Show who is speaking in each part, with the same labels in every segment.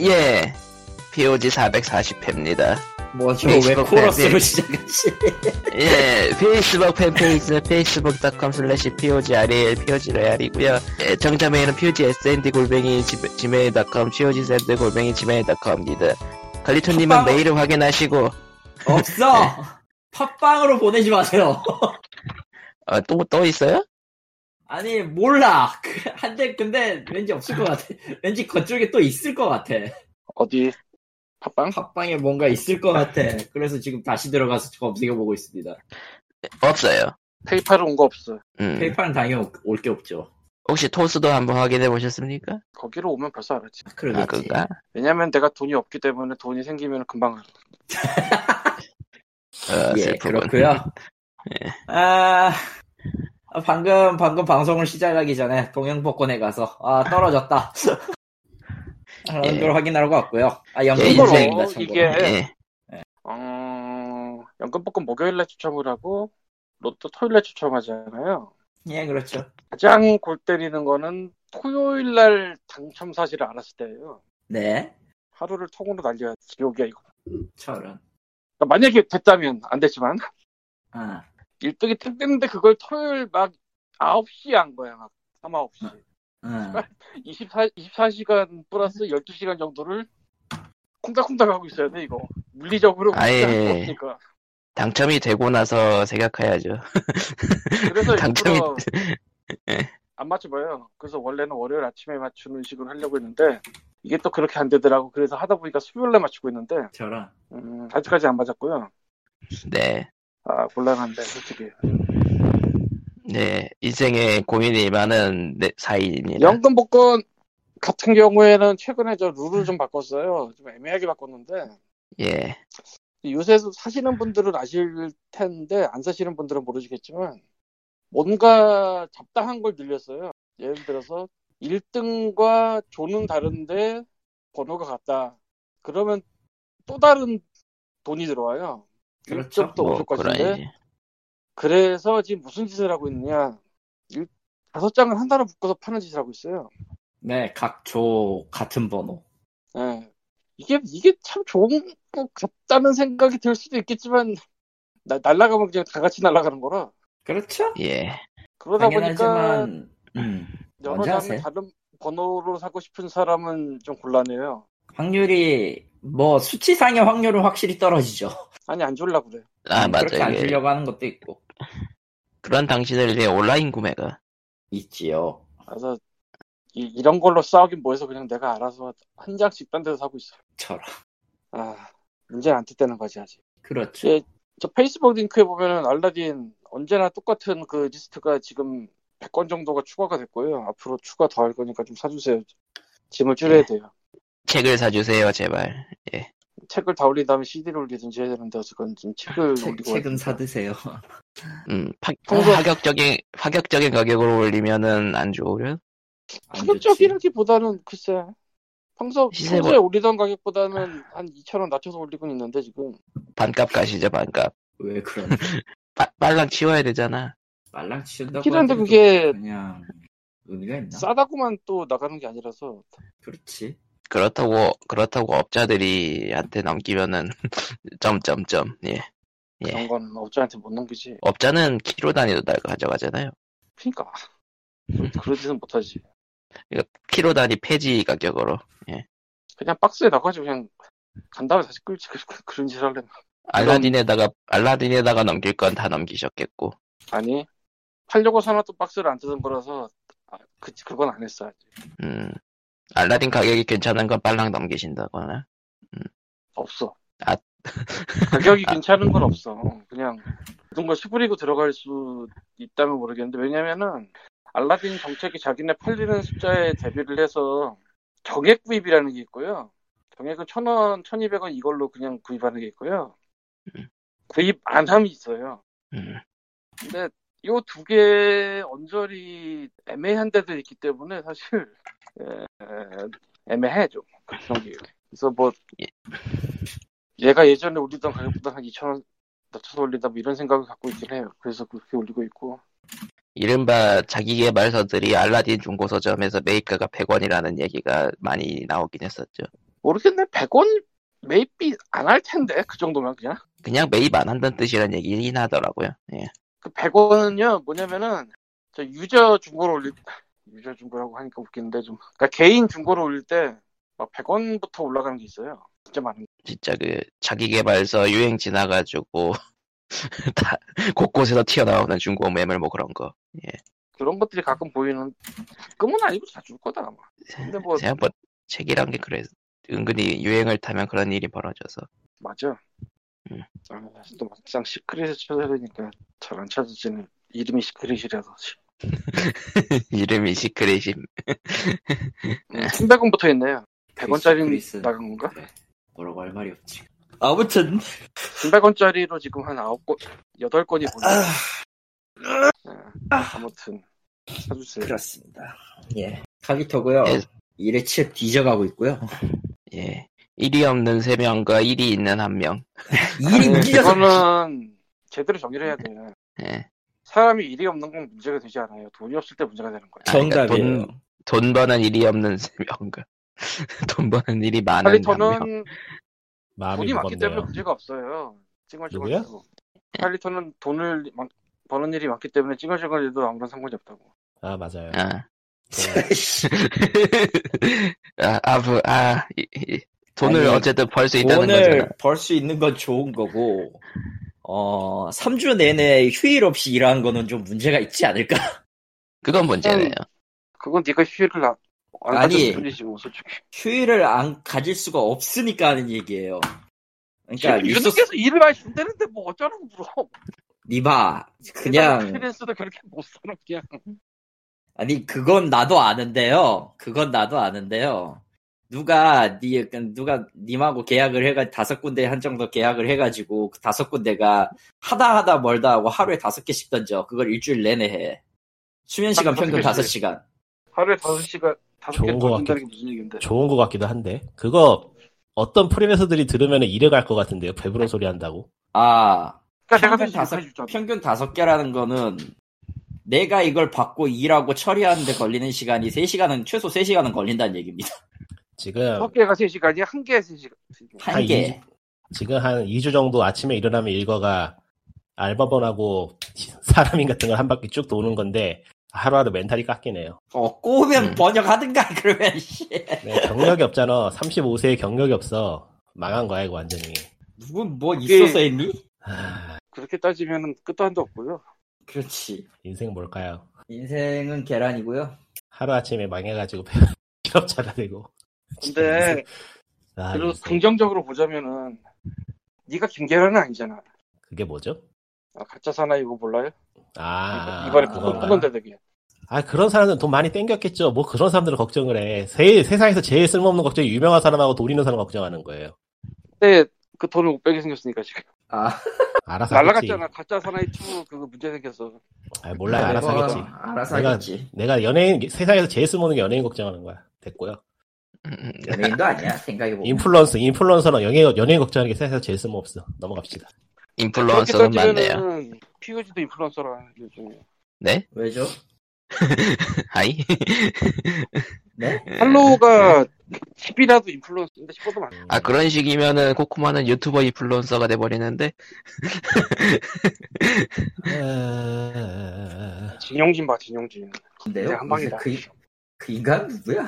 Speaker 1: 예. POG 440회입니다.
Speaker 2: 뭐죠? 왜
Speaker 1: 페이스북
Speaker 2: 코러스로
Speaker 1: 팬페이지.
Speaker 2: 시작하지?
Speaker 1: 예, 페이스북 팬페이지는 facebook.com slash POGREL, POGREL이고요. 예, 정자 메일은 POGSND 골뱅이 gmail.com, POGSND 골뱅이 gmail.com입니다. 갈리토님은
Speaker 2: 팝빵.
Speaker 1: 메일을 확인하시고,
Speaker 2: 없어! 팟빵으로 보내지 마세요.
Speaker 1: 어, 또, 또 있어요?
Speaker 2: 아니, 몰라. 그, 한데, 근데 왠지 없을 것 같아. 왠지 그쪽에 또 있을 것 같아.
Speaker 3: 어디 팟빵?
Speaker 2: 팟빵에 뭔가 있을 것 같아. 그래서 지금 다시 들어가서 검색해보고 있습니다.
Speaker 1: 없어요.
Speaker 3: 페이팔 온거 없어.
Speaker 1: 음,
Speaker 2: 페이팔은 당연히 올 게 없죠.
Speaker 1: 혹시 토스도 한번 확인해 보셨습니까?
Speaker 3: 거기로 오면 벌써 알았지.
Speaker 1: 아,
Speaker 2: 그러겠지.
Speaker 1: 그건가?
Speaker 3: 왜냐면 내가 돈이 없기 때문에 돈이 생기면 금방 알아.
Speaker 1: 어,
Speaker 2: 예,
Speaker 1: 슬프군.
Speaker 2: 그렇고요
Speaker 1: 예.
Speaker 2: 아, 아, 방금, 방금 방송을 시작하기 전에 동양복권에 가서, 아, 떨어졌다. 그런
Speaker 1: 예.
Speaker 2: 걸 확인하러 갔고요. 아,
Speaker 1: 예,
Speaker 2: 연금으로
Speaker 1: 인생.
Speaker 2: 옵니다, 참고로.
Speaker 3: 이게-
Speaker 1: 예,
Speaker 3: 어... 연금복권 목요일날 추첨을 하고 로또 토요일날 추첨하잖아요.
Speaker 2: 예, 그렇죠.
Speaker 3: 가장 골 때리는 거는 토요일날 당첨 사실을 알았을 때예요.
Speaker 2: 네.
Speaker 3: 하루를 통으로 날려야 지옥이야 이거.
Speaker 2: 저런.
Speaker 3: 그러니까 만약에 됐다면 안 됐지만
Speaker 2: 아,
Speaker 3: 1등이 뜬 뜨는데 그걸 토요일 막 9시에 한 거야 막 3, 9시.
Speaker 2: 응.
Speaker 3: 24, 24시간 플러스 12시간 정도를 콩닥콩닥 하고 있어야 돼, 이거. 물리적으로.
Speaker 1: 아예.
Speaker 3: 그러니까.
Speaker 1: 당첨이 되고 나서 생각해야죠.
Speaker 3: 그래서
Speaker 1: 당첨이-
Speaker 3: 일부러
Speaker 1: 예.
Speaker 3: 안 맞춰봐요. 그래서 원래는 월요일 아침에 맞추는 식으로 하려고 했는데, 이게 또 그렇게 안 되더라고. 그래서 하다 보니까 수요일에 맞추고 있는데,
Speaker 2: 저런.
Speaker 3: 음, 아직까지 안 맞았고요.
Speaker 1: 네.
Speaker 3: 아, 곤란한데, 솔직히.
Speaker 1: 예. 네, 인생에 고민이 많은 네, 사인입니다.
Speaker 3: 연금 복권 같은 경우에는 최근에 저 룰을 좀 바꿨어요. 좀 애매하게 바꿨는데,
Speaker 1: 예,
Speaker 3: 요새 사시는 분들은 아실 텐데 안 사시는 분들은 모르시겠지만 뭔가 잡다한 걸 늘렸어요. 예를 들어서 1등과 조는 다른데 번호가 같다. 그러면 또 다른 돈이 들어와요.
Speaker 2: 그렇죠.
Speaker 3: 1점도 없을 것 같은데.
Speaker 1: 뭐 그러니.
Speaker 3: 그래서 지금 무슨 짓을 하고 있느냐. 일- 다섯 장을 하나로 묶어서 파는 짓을 하고 있어요.
Speaker 2: 네, 각조 같은 번호.
Speaker 3: 예. 이게, 이게 참 좋은 것 같다는 생각이 들 수도 있겠지만, 나, 날아가면 그냥 다 같이 날아가는 거라.
Speaker 2: 그렇죠?
Speaker 1: 예,
Speaker 3: 그러다 보니까,
Speaker 2: 당연하지만, 음,
Speaker 3: 여러
Speaker 2: 언제
Speaker 3: 장을
Speaker 2: 하세요?
Speaker 3: 다른 번호로 사고 싶은 사람은 좀 곤란해요.
Speaker 2: 확률이, 뭐, 수치상의 확률은 확실히 떨어지죠.
Speaker 3: 아니, 안 줄라 그래.
Speaker 1: 아
Speaker 2: 음, 그렇게
Speaker 1: 맞아요.
Speaker 2: 안
Speaker 1: 예.
Speaker 2: 주려고 하는 것도 있고.
Speaker 1: 그런 당신을 위해 온라인 구매가
Speaker 2: 있지요.
Speaker 3: 그래서, 이, 런 걸로 싸우긴 뭐해서 그냥 내가 알아서 한 장씩 딴 데서 사고 있어.
Speaker 2: 저런.
Speaker 3: 아, 문제는 안 뜯다는 거지, 아직.
Speaker 2: 그렇죠.
Speaker 3: 예. 저 페이스북 링크에 보면은 알라딘 언제나 똑같은 그 리스트가 지금 100건 정도가 추가가 됐고요. 앞으로 추가 더 할 거니까 좀 사주세요. 짐을
Speaker 2: 네.
Speaker 3: 줄여야 돼요.
Speaker 1: 책을 사주세요, 제발.
Speaker 3: 책을 다 올린 다음에 CD를 올리든지 해야 되는데 어쨌건 좀 책을
Speaker 2: 책,
Speaker 3: 올리고
Speaker 2: 책은
Speaker 3: 왔습니다.
Speaker 2: 네, 사드세요.
Speaker 1: 음,
Speaker 2: 아,
Speaker 1: 파,
Speaker 3: 평소-
Speaker 1: 파격적인 파격적인 가격으로 올리면은 안 좋으려.
Speaker 2: 안 좋지.
Speaker 3: 파격적이라기보다는 글쎄 평소
Speaker 1: 시세 뭐-
Speaker 3: 평소에 올리던 가격보다는 한 2천 원 낮춰서 올리고 있는데 지금
Speaker 1: 아. 반값 가시죠, 반값.
Speaker 2: 왜 그런,
Speaker 1: 빠, 빨랑 치워야 되잖아.
Speaker 2: 말랑 치운다고.
Speaker 3: 필요한데
Speaker 2: 하기에도
Speaker 3: 그게
Speaker 2: 그냥, 의미가 있나?
Speaker 3: 싸다고만 또 나가는 게 아니라서
Speaker 2: 그렇지.
Speaker 1: 그렇다고 그렇다고 업자들이한테 넘기면은 점점점 예.
Speaker 3: 그런
Speaker 1: 예.
Speaker 3: 건 업자한테 못 넘기지.
Speaker 1: 업자는 키로 단위로 다 가져가잖아요.
Speaker 3: 그러니까 그런 짓은 못하지.
Speaker 1: 키로 단위 폐지 가격으로.
Speaker 3: 그냥 박스에 넣어가지고 그냥 간 다음에 다시 끌지 그- 그- 그런 짓을 하려면
Speaker 1: 알라딘에다가 알라딘에다가 넘길 건 다 넘기셨겠고
Speaker 3: 아니 팔려고 사놨던 박스를 안 뜯은 거라서 아, 그 그건 안 했어. 아직.
Speaker 1: 음 알라딘 가격이 괜찮은 건 빨랑 넘기신다거나
Speaker 3: 없어.
Speaker 1: 아.
Speaker 3: 가격이 괜찮은 건 없어. 그냥 그런 걸 시부리고 들어갈 수 있다면 모르겠는데 왜냐면은 알라딘 정책이 자기네 팔리는 숫자에 대비를 해서 정액 구입이라는 게 있고요. 정액은 천 원, 천이백 원 이걸로 그냥 구입하는 게 있고요.
Speaker 1: 음.
Speaker 3: 구입 안 함이 있어요.
Speaker 1: 음,
Speaker 3: 근데 요 두 개의 언저리 애매한 데도 있기 때문에 사실 에, 애매해 좀 그런 게 그래서 뭐
Speaker 1: 예.
Speaker 3: 얘가 예전에 올리던 가격보다 한 2천 원 낮춰서 올린다 뭐 이런 생각을 갖고 있긴 해요 그래서 그렇게 올리고 있고
Speaker 1: 이른바 자기 개발서들이 알라딘 중고 서점에서 매입가가 100원이라는 얘기가 많이 나오긴 했었죠.
Speaker 3: 모르겠네. 100원 매입비 안 할 텐데 그 정도면 그냥.
Speaker 1: 그냥 매입 안 한다는 뜻이란 얘기긴 하더라고요. 예.
Speaker 3: 그 100원은요 뭐냐면은 저 유저 중고로 올릴 때- 유저 중고라고 하니까 웃긴데 좀 그러니까 개인 중고로 올릴 때 막 100원부터 올라가는 게 있어요 진짜 많은 게.
Speaker 1: 진짜 그 자기 개발서 유행 지나가지고 다 곳곳에서 튀어나오는 중고 매물 뭐 그런 거.
Speaker 3: 그런 것들이 가끔 보이는 가끔은 아니고 자주일 거다 아마 근데 뭐
Speaker 1: 생각보다 책이란 게 그래 은근히 유행을 타면 그런 일이 벌어져서
Speaker 3: 맞아
Speaker 1: 음.
Speaker 3: 아, 또 막상 시크릿을 찾아보니까 잘 안 찾아지는 이름이 시크릿이라서
Speaker 1: 이름이 시크릿이
Speaker 3: 300원 부터 있네요 100원짜리
Speaker 2: 그리스.
Speaker 3: 나간 건가?
Speaker 2: 그래. 네. 뭐라고 할 말이 없지. 아무튼
Speaker 3: 300원짜리로 지금 한 9건 8건이 보내
Speaker 2: 아.
Speaker 3: 아무튼
Speaker 1: 네.
Speaker 3: 사주세요
Speaker 2: 그렇습니다. 예. 카기토고요.
Speaker 3: 네.
Speaker 1: 예.
Speaker 2: 일에 취업 뒤져가고 있고요.
Speaker 1: 예 1위 없는 3명과 1위 있는 1명
Speaker 2: 일이
Speaker 3: 네,
Speaker 2: 밀려서
Speaker 3: 그거는 제대로 정리를 해야 돼.
Speaker 1: 예.
Speaker 3: 사람이 일이 없는 건 문제가 되지 않아요. 돈이 없을 때 문제가 되는 거야.
Speaker 1: 아, 그러니까
Speaker 2: 정답이에요.
Speaker 1: 돈 버는 1위 없는 3명과 돈 버는 일이 많은
Speaker 3: 칼리터는
Speaker 1: 1명
Speaker 4: 마음이
Speaker 3: 돈이 많기 때문에
Speaker 4: 무겁네요.
Speaker 3: 문제가 없어요. 찡얼찡얼
Speaker 4: 누구야?
Speaker 3: 해도. 칼리터는 돈을 많- 버는 일이 많기 때문에 찡얼찡얼 해도 아무런 상관이 없다고.
Speaker 4: 아 맞아요.
Speaker 1: 아.
Speaker 4: 네.
Speaker 1: 아, 아, 부- 아, 이- 이- 돈을
Speaker 2: 아니,
Speaker 1: 어쨌든 벌 수 있다는 거잖아
Speaker 2: 돈을 벌 수 있는 건 좋은 거고, 어, 3주 내내 휴일 없이 일한 거는 좀 문제가 있지 않을까?
Speaker 1: 그건 문제네요
Speaker 3: 그건 네가 휴일을 안, 안
Speaker 2: 아니.
Speaker 3: 가질 뿐이지 뭐 솔직히.
Speaker 2: 휴일을 안 가질 수가 없으니까 하는 얘기예요. 그러니까,
Speaker 3: 지금
Speaker 2: 리소스,
Speaker 3: 유능께서 일을 많이 준다는데 뭐 어쩌라고 물어.
Speaker 2: 니바, 그냥,
Speaker 3: 프리랜서도 그렇게 못 살아 그냥.
Speaker 2: 아니, 그건 나도 아는데요. 그건 나도 아는데요. 누가, 니, 누가, 님하고 계약을 해가, 다섯 군데 한정도 계약을 해가지고, 그 다섯 군데가 하다 하다 멀다 하고 하루에 다섯 개씩 던져. 그걸 일주일 내내 해. 수면 시간
Speaker 3: 다섯
Speaker 2: 평균
Speaker 3: 개씩.
Speaker 2: 다섯 시간.
Speaker 3: 하루에 다섯 시간 다섯 개
Speaker 4: 좋은 거
Speaker 3: 준다는 게 무슨 얘긴데.
Speaker 4: 좋은 것 같기도 한데 그거 어떤 프리랜서들이 들으면 일에 갈 것 같은데요. 배부른 소리 한다고.
Speaker 2: 아,
Speaker 3: 그러니까 내가
Speaker 2: 평균
Speaker 3: 다시
Speaker 2: 다섯,
Speaker 3: 해주잖아.
Speaker 2: 평균 다섯 개라는 거는 내가 이걸 받고 일하고 처리하는데 걸리는 시간이 3시간은, 최소 3시간은 걸린다는 얘기입니다.
Speaker 4: 지금
Speaker 3: 섯 개가 세 시간이야 한 개에 세 시간.
Speaker 2: 한
Speaker 4: 한
Speaker 2: 개.
Speaker 4: 지금 한 2주 정도 아침에 일어나면 일거가 알바번하고 사람인 같은 걸 한 바퀴 쭉 도는 건데 하루하루 멘탈이 깎이네요.
Speaker 2: 어, 꼬우면
Speaker 1: 음.
Speaker 2: 번역하든가, 그러면, 씨.
Speaker 4: 네, 경력이 없잖아. 35세에 경력이 없어. 망한 거야 이거 완전히.
Speaker 2: 누군 뭐
Speaker 3: 그게-
Speaker 2: 있어서 했니?
Speaker 4: 하,
Speaker 3: 그렇게 따지면은 끝도 한도 없고요.
Speaker 2: 그렇지.
Speaker 4: 인생 뭘까요?
Speaker 2: 인생은 계란이고요.
Speaker 4: 하루 아침에 망해가지고 기업차가 되고.
Speaker 3: 근데
Speaker 4: 아,
Speaker 3: 그래도
Speaker 4: 인생.
Speaker 3: 긍정적으로 보자면은 네가 김계란은 아니잖아.
Speaker 4: 그게 뭐죠?
Speaker 3: 아, 가짜 사나이 이거 몰라요?
Speaker 4: 아,
Speaker 3: 이번에
Speaker 4: 그건가?
Speaker 3: 뽑은 뽑은 대대기.
Speaker 4: 아 그런 사람들은 돈 많이 땡겼겠죠. 뭐 그런 사람들을 걱정을 해. 세, 세상에서 제일 쓸모없는 걱정이 유명한 사람하고 돈 있는 사람 걱정하는 거예요.
Speaker 3: 근데 그 돈을 못 빼게 생겼으니까 지금
Speaker 2: 아,
Speaker 4: 알아서
Speaker 3: 날라갔잖아. 네, 가짜 사나이 2 그거 문제 생겼어.
Speaker 4: 하겠지. 아, 몰라 알아서
Speaker 2: 그거
Speaker 3: 뭐.
Speaker 4: 하겠지.
Speaker 2: 알아서
Speaker 4: 내가-
Speaker 2: 하겠지.
Speaker 4: 내가 연예인 세상에서 제일 쓸모없는 게 연예인 걱정하는 거야. 됐고요.
Speaker 1: 음, 음.
Speaker 2: 연예인도 아니야, 생각해보면.
Speaker 4: 인플루언서 인플루언서는 연예인 연예인 걱정하는 게 세상에서 제일 쓸모없어. 넘어갑시다.
Speaker 1: 인플루언서는 맞네요
Speaker 3: 따지면은 피우지도 인플루언서라 요즘에.
Speaker 1: 네?
Speaker 2: 왜죠?
Speaker 1: 하이?
Speaker 2: 네?
Speaker 3: 할로우가 10이라도 인플루언서인데 10보다 많아.
Speaker 4: 음,
Speaker 1: 아 그런 식이면은 코코마는 유튜버 인플루언서가 돼버리는데
Speaker 3: 그
Speaker 4: 에...
Speaker 3: 진영진 봐 진영진.
Speaker 2: 근데요?
Speaker 3: 내가 네, 한 방이다.
Speaker 2: 그, 그 인간 누구야?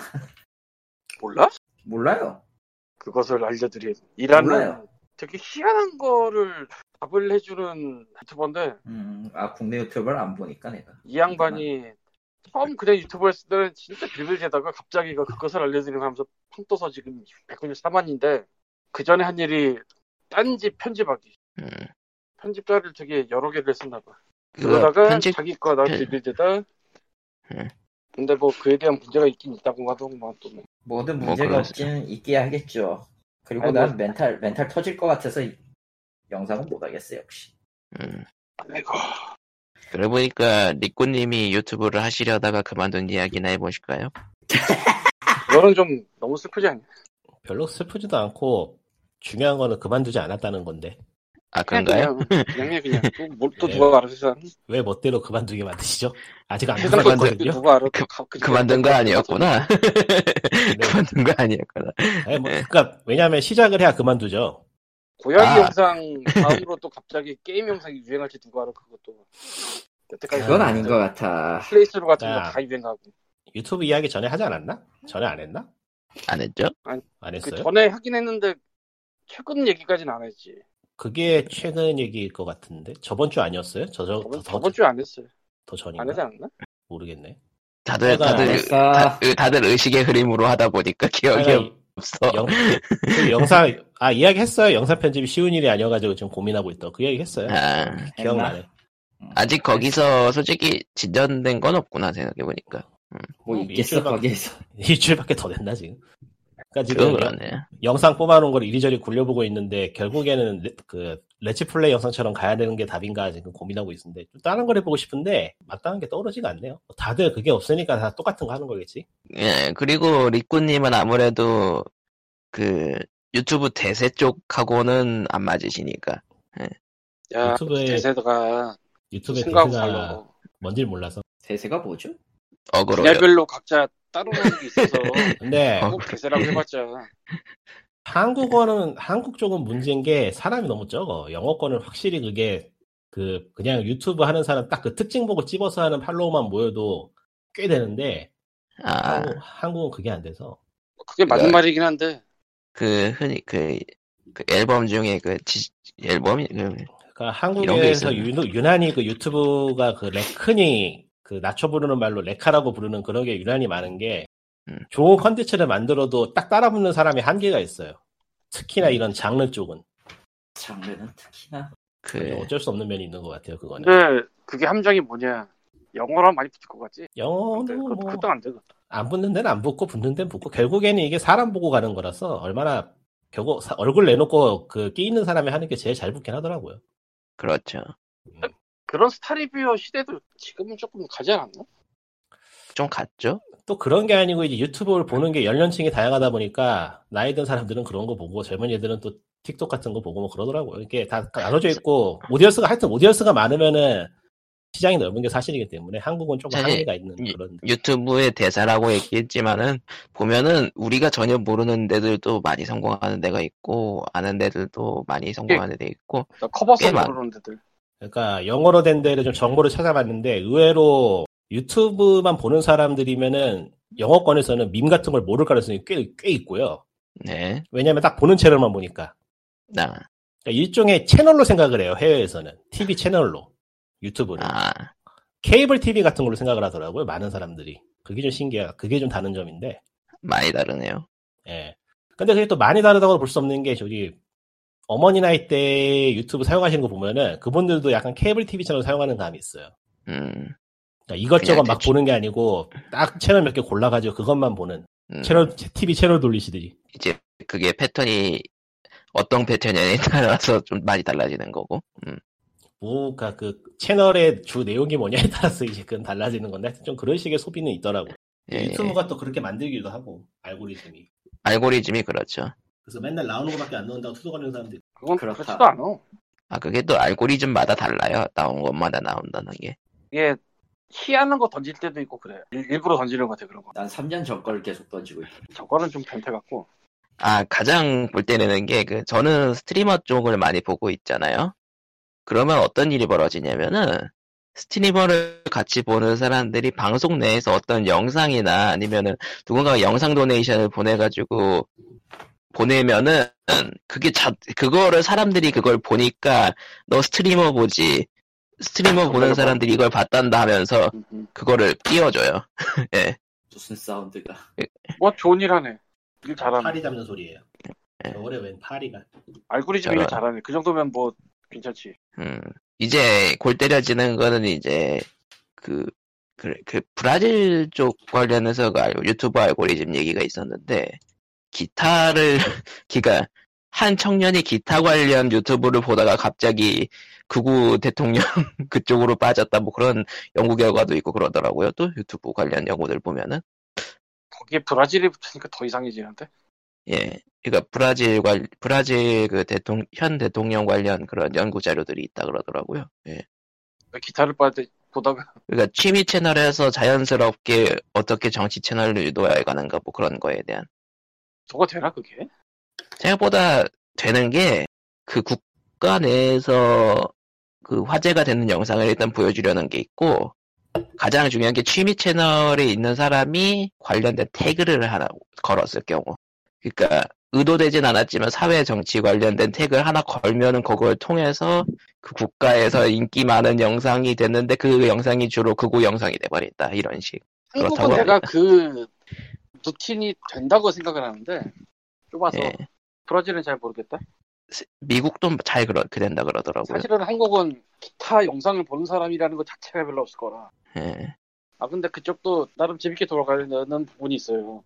Speaker 3: 몰라?
Speaker 2: 몰라요.
Speaker 3: 그것을 알려드린 일하는
Speaker 2: 몰라요.
Speaker 3: 되게 희한한 거를 답을 해주는 유튜버인데
Speaker 2: 음, 아, 국내 유튜브를 안 보니까 내가.
Speaker 3: 이 양반이 처음 그냥 유튜브 했을 때는 진짜 빌빌대다가 갑자기 그 그것을 알려드리는 하면서 펑 떠서 지금 194만인데 그 전에 한 일이 딴지 편집하기
Speaker 1: 음,
Speaker 3: 편집자를 되게 여러 개를 했었나 봐
Speaker 1: 그거
Speaker 3: 그러다가
Speaker 1: 편집
Speaker 3: 자기 거나
Speaker 1: 편-
Speaker 3: 빌빌대다
Speaker 1: 음.
Speaker 3: 근데 뭐 그에 대한 문제가 있긴 있다고 하더구만 또 뭐.
Speaker 2: 뭐든
Speaker 1: 뭐
Speaker 2: 문제가
Speaker 1: 그럴 수-
Speaker 2: 없지는 있게 하겠죠. 그리고
Speaker 3: 아니,
Speaker 2: 난
Speaker 3: 뭐-
Speaker 2: 멘탈 멘탈 터질 것 같아서 이- 영상은 못 하겠어요 역시.
Speaker 1: 음.
Speaker 3: 아이고
Speaker 1: 그러고 보니까 리꼬님이 유튜브를 하시려다가 그만둔 이야기나 해보실까요?
Speaker 3: 이거는 좀 너무 슬프지 않냐
Speaker 4: 별로 슬프지도 않고 중요한 거는 그만두지 않았다는 건데.
Speaker 1: 아
Speaker 3: 그냥
Speaker 1: 그런가요?
Speaker 3: 그냥 그냥 해, 그냥 또뭘또
Speaker 4: 예.
Speaker 3: 누가 알아 세상
Speaker 4: 왜 멋대로 그만두게 만드시죠? 아직 안
Speaker 3: 세상 또
Speaker 4: 그만두거든요.
Speaker 3: 누가 알아
Speaker 1: 그-
Speaker 3: 가- 그냥
Speaker 1: 그만둔 거 아니었구나.
Speaker 4: 네.
Speaker 1: 그만둔 거 아니었구나.
Speaker 4: 아니, 뭐, 그러니까 왜냐하면 시작을 해야 그만두죠.
Speaker 3: 고양이
Speaker 1: 아.
Speaker 3: 영상 다음으로 또 갑자기 게임 영상이 유행할지 누가 알아 그것도 여태까지
Speaker 2: 그건 아닌 것 같아.
Speaker 3: 플레이스로 같은 거
Speaker 4: 아.
Speaker 3: 다 유행하고
Speaker 4: 유튜브 이야기 전에 하지 않았나? 전에 안 했나?
Speaker 1: 안 했죠?
Speaker 4: 안
Speaker 3: 그
Speaker 4: 했어요?
Speaker 3: 전에 하긴 했는데 최근 얘기까지는 안 했지
Speaker 4: 그게 최근 얘기일 것 같은데 저번 주 아니었어요? 저저 더,
Speaker 3: 저번,
Speaker 4: 더,
Speaker 3: 저번 주에 안 했어요
Speaker 4: 더
Speaker 3: 안 하지
Speaker 4: 전인가?
Speaker 3: 않나?
Speaker 4: 모르겠네.
Speaker 1: 다들
Speaker 4: 내가 안
Speaker 1: 다들
Speaker 2: 했어.
Speaker 1: 다, 아,
Speaker 3: 아,
Speaker 1: 그 다들 의식의 흐림으로 하다 보니까 기억이
Speaker 4: 하여간
Speaker 1: 없어.
Speaker 4: 영, 그 영상 아 이야기했어요. 영상 편집이 쉬운 일이 아니어가지고 지금 고민하고 있다. 그 이야기했어요.
Speaker 1: 아,
Speaker 4: 기억나네.
Speaker 1: 아직 거기서 솔직히 진전된 건 없구나 생각해 보니까.
Speaker 2: 뭐 있겠어
Speaker 4: 일주일 밖-
Speaker 2: 거기에서.
Speaker 4: 일주일밖에 더 됐나 지금? 그러니까
Speaker 1: 그건
Speaker 4: 지금
Speaker 1: 그러네.
Speaker 4: 영상 뽑아놓은 걸 이리저리 굴려보고 있는데 결국에는 레- 그 레츠 플레이 영상처럼 가야 되는 게 답인가 지금 고민하고 있는데 좀 다른 걸 해보고 싶은데 마땅한 게 떠오르지가 않네요. 다들 그게 없으니까 다 똑같은 거 하는 거겠지.
Speaker 1: 예, 그리고 리꾸님은 아무래도 그 유튜브 대세 쪽하고는 안 맞으시니까.
Speaker 3: 야
Speaker 4: 유튜브에-
Speaker 3: 대세가
Speaker 4: 유튜브에
Speaker 3: 생각하고
Speaker 4: 대세가
Speaker 3: 달라
Speaker 4: 뭔지 몰라서.
Speaker 2: 대세가 뭐죠?
Speaker 1: 어그로요.
Speaker 3: 분야별로 각자 따로 나오는 게 있어서
Speaker 4: 근데
Speaker 1: 어.
Speaker 3: 꼭 대세라고 해봤자
Speaker 4: 한국어는 한국 쪽은 문제인 게 사람이 너무 적어. 영어권은 확실히 그게 그 그냥 유튜브 하는 사람 딱 그 특징 보고 찝어서 하는 팔로우만 모여도 꽤 되는데
Speaker 1: 아,
Speaker 4: 한국, 한국은 그게 안 돼서
Speaker 3: 그게 맞는
Speaker 1: 네.
Speaker 3: 말이긴 한데
Speaker 1: 그 흔히 그, 그 앨범 중에 그 지- 앨범이 그,
Speaker 4: 그러니까
Speaker 1: 이런 게
Speaker 4: 한국에서
Speaker 1: 있어요.
Speaker 4: 유, 난히그 유튜브가 그 레크니 그 낮춰 부르는 말로 레카라고 부르는 그런 게 유난히 많은 게
Speaker 1: 음.
Speaker 4: 좋은 컨텐츠를 만들어도 딱 따라 붙는 사람이 한계가 있어요. 특히나
Speaker 1: 음.
Speaker 4: 이런 장르 쪽은
Speaker 2: 장르는 특히나
Speaker 1: 그
Speaker 4: 어쩔 수 없는 면이 있는 것 같아요. 그거는
Speaker 3: 근데 그게 함정이 뭐냐 영어로 하면 많이 붙을 것 같지? 근데
Speaker 4: 영어도
Speaker 3: 그러니까 그것,
Speaker 4: 뭐
Speaker 3: 그것도 안 되고
Speaker 4: 안 붙는 데는 안 붙고 붙는 데는 붙고 결국에는 이게 사람 보고 가는 거라서 얼마나 결국 사- 얼굴 내놓고 그 끼있는 사람이 하는 게 제일 잘 붙긴 하더라고요.
Speaker 1: 그렇죠.
Speaker 3: 그런 스타리뷰어 시대도 지금은 조금 가지 않았나?
Speaker 1: 좀 갔죠?
Speaker 4: 또 그런 게 아니고 이제 유튜브를 보는 게 연령층이 다양하다 보니까 나이 든 사람들은 그런 거 보고 젊은 애들은 또 틱톡 같은 거 보고 뭐 그러더라고요. 이게 다 나눠져 있고 오디언스가 하여튼 오디언스가 많으면은 시장이 넓은 게 사실이기 때문에 한국은 조금
Speaker 1: 사실
Speaker 4: 한계가 있는
Speaker 1: 이-
Speaker 4: 그런
Speaker 1: 유튜브의 대사라고 얘기했지만은 보면은 우리가 전혀 모르는 데들도 많이 성공하는 데가 있고 아는 데들도
Speaker 4: 예.
Speaker 1: 많이 성공하는 데 있고
Speaker 3: 나 커버서
Speaker 1: 꽤 많-
Speaker 3: 모르는 데들
Speaker 4: 그러니까 영어로 된 데를 좀 정보를 찾아봤는데 의외로 유튜브만 보는 사람들이면은 영어권에서는 밈 같은 걸 모를 가능성이 꽤, 꽤 있고요.
Speaker 1: 네, 아,
Speaker 4: 왜냐면 딱 보는 채널만 보니까.
Speaker 1: 나,
Speaker 4: 그러니까 일종의 채널로 생각을 해요, 해외에서는. TV 채널로. 유튜브를.
Speaker 1: 아,
Speaker 4: 케이블 TV 같은 걸로 생각을 하더라고요, 많은 사람들이. 그게 좀 신기해요. 그게 좀 다른 점인데.
Speaker 1: 많이 다르네요.
Speaker 4: 예. 근데 그게 또 많이 다르다고 볼 수 없는 게 저기 어머니 나이 때 유튜브 사용하시는 거 보면은 그분들도 약간 케이블 TV처럼 사용하는 감이 있어요.
Speaker 1: 음,
Speaker 4: 그러니까 이것저것
Speaker 1: 그냥
Speaker 4: 막
Speaker 1: 대충.
Speaker 4: 보는 게 아니고 딱 채널 몇 개 골라가지고 그것만 보는
Speaker 1: 음.
Speaker 4: 채널 TV 채널 돌리시들이
Speaker 1: 이제 그게 패턴이 어떤 패턴이냐에 따라서 좀 많이 달라지는 거고. 음.
Speaker 4: 뭐가 그 채널의 주 내용이 뭐냐에 따라서 이제 그건 달라지는 건데 하여튼 좀 그런 식의 소비는 있더라고
Speaker 1: 예,
Speaker 4: 유튜브가 또 그렇게 만들기도 하고 알고리즘이
Speaker 1: 알고리즘이 그렇죠.
Speaker 4: 그래서 맨날 나오는 거밖에 안 나온다고 투덜거리는 사람들이
Speaker 3: 그건
Speaker 2: 그렇다.
Speaker 3: 그렇지도 않아
Speaker 1: 아, 그게 또 알고리즘마다 달라요. 나온 것마다 나온다는 게.
Speaker 3: 이게 희한한 거 던질 때도 있고 그래 일, 일부러 던지는 것 같아 그런 거
Speaker 2: 난 3년 전 걸 계속 던지고 있어.
Speaker 3: 저거는 좀 변태 같고
Speaker 1: 아, 가장 볼 때는 게, 그, 저는 스트리머 쪽을 많이 보고 있잖아요. 그러면 어떤 일이 벌어지냐면은, 스트리머를 같이 보는 사람들이 방송 내에서 어떤 영상이나 아니면은 누군가가 영상 도네이션을 보내가지고 보내면은 그게 자, 그거를 사람들이 그걸 보니까 너 스트리머 보지. 스트리머 보는 사람들이 이걸 봤단다 하면서
Speaker 3: 음, 음.
Speaker 1: 그거를 띄워줘요.
Speaker 2: 무슨 사운드가?
Speaker 3: 뭐 좋은 일 하네 일 잘하네
Speaker 4: 파리 잡는 소리예요
Speaker 1: 예.
Speaker 4: 겨울에 웬 파리가
Speaker 3: 알고리즘
Speaker 1: 저런.
Speaker 3: 일 잘하네 그 정도면 뭐 괜찮지
Speaker 1: 음, 이제 골 때려지는 거는 이제 그, 그, 그 브라질 쪽 관련해서 그 알- 유튜브 알고리즘 얘기가 있었는데 기타를 그러니까 한 청년이 기타 관련 유튜브를 보다가 갑자기 극우 대통령 그쪽으로 빠졌다 뭐 그런 연구 결과도 있고 그러더라고요 또 유튜브 관련 연구들 보면은
Speaker 3: 거기에 브라질이 붙으니까 더 이상해지는데
Speaker 1: 예 그러니까 브라질 관 브라질 그 대통 현 대통령 관련 그런 연구 자료들이 있다 그러더라고요. 예.
Speaker 3: 기타를 빨 때 보다가
Speaker 1: 그러니까 취미 채널에서 자연스럽게 어떻게 정치 채널로 유도해 가는가 뭐 그런 거에 대한
Speaker 3: 저거 되나 그게?
Speaker 1: 생각보다 되는 게 그 국가 내에서 그 화제가 되는 영상을 일단 보여주려는 게 있고 가장 중요한 게 취미 채널에 있는 사람이 관련된 태그를 하나 걸었을 경우 그러니까 의도되진 않았지만 사회 정치 관련된 태그를 하나 걸면은 그걸 통해서 그 국가에서 인기 많은 영상이 됐는데 그 영상이 주로 그곳 영상이 돼버린다 이런 식.
Speaker 3: 한국은
Speaker 1: 그렇다고
Speaker 3: 내가 그 루틴이 된다고 생각을 하는데 좁아서
Speaker 1: 예.
Speaker 3: 브라질은 잘 모르겠다.
Speaker 1: 스- 미국도 잘 그렇게 된다 그러더라고요.
Speaker 3: 사실은 한국은 기타 영상을 보는 사람이라는 것 자체가 별로 없을 거라.
Speaker 1: 예.
Speaker 3: 아 근데 그쪽도 나름 재밌게 돌아가려는 부분이 있어요.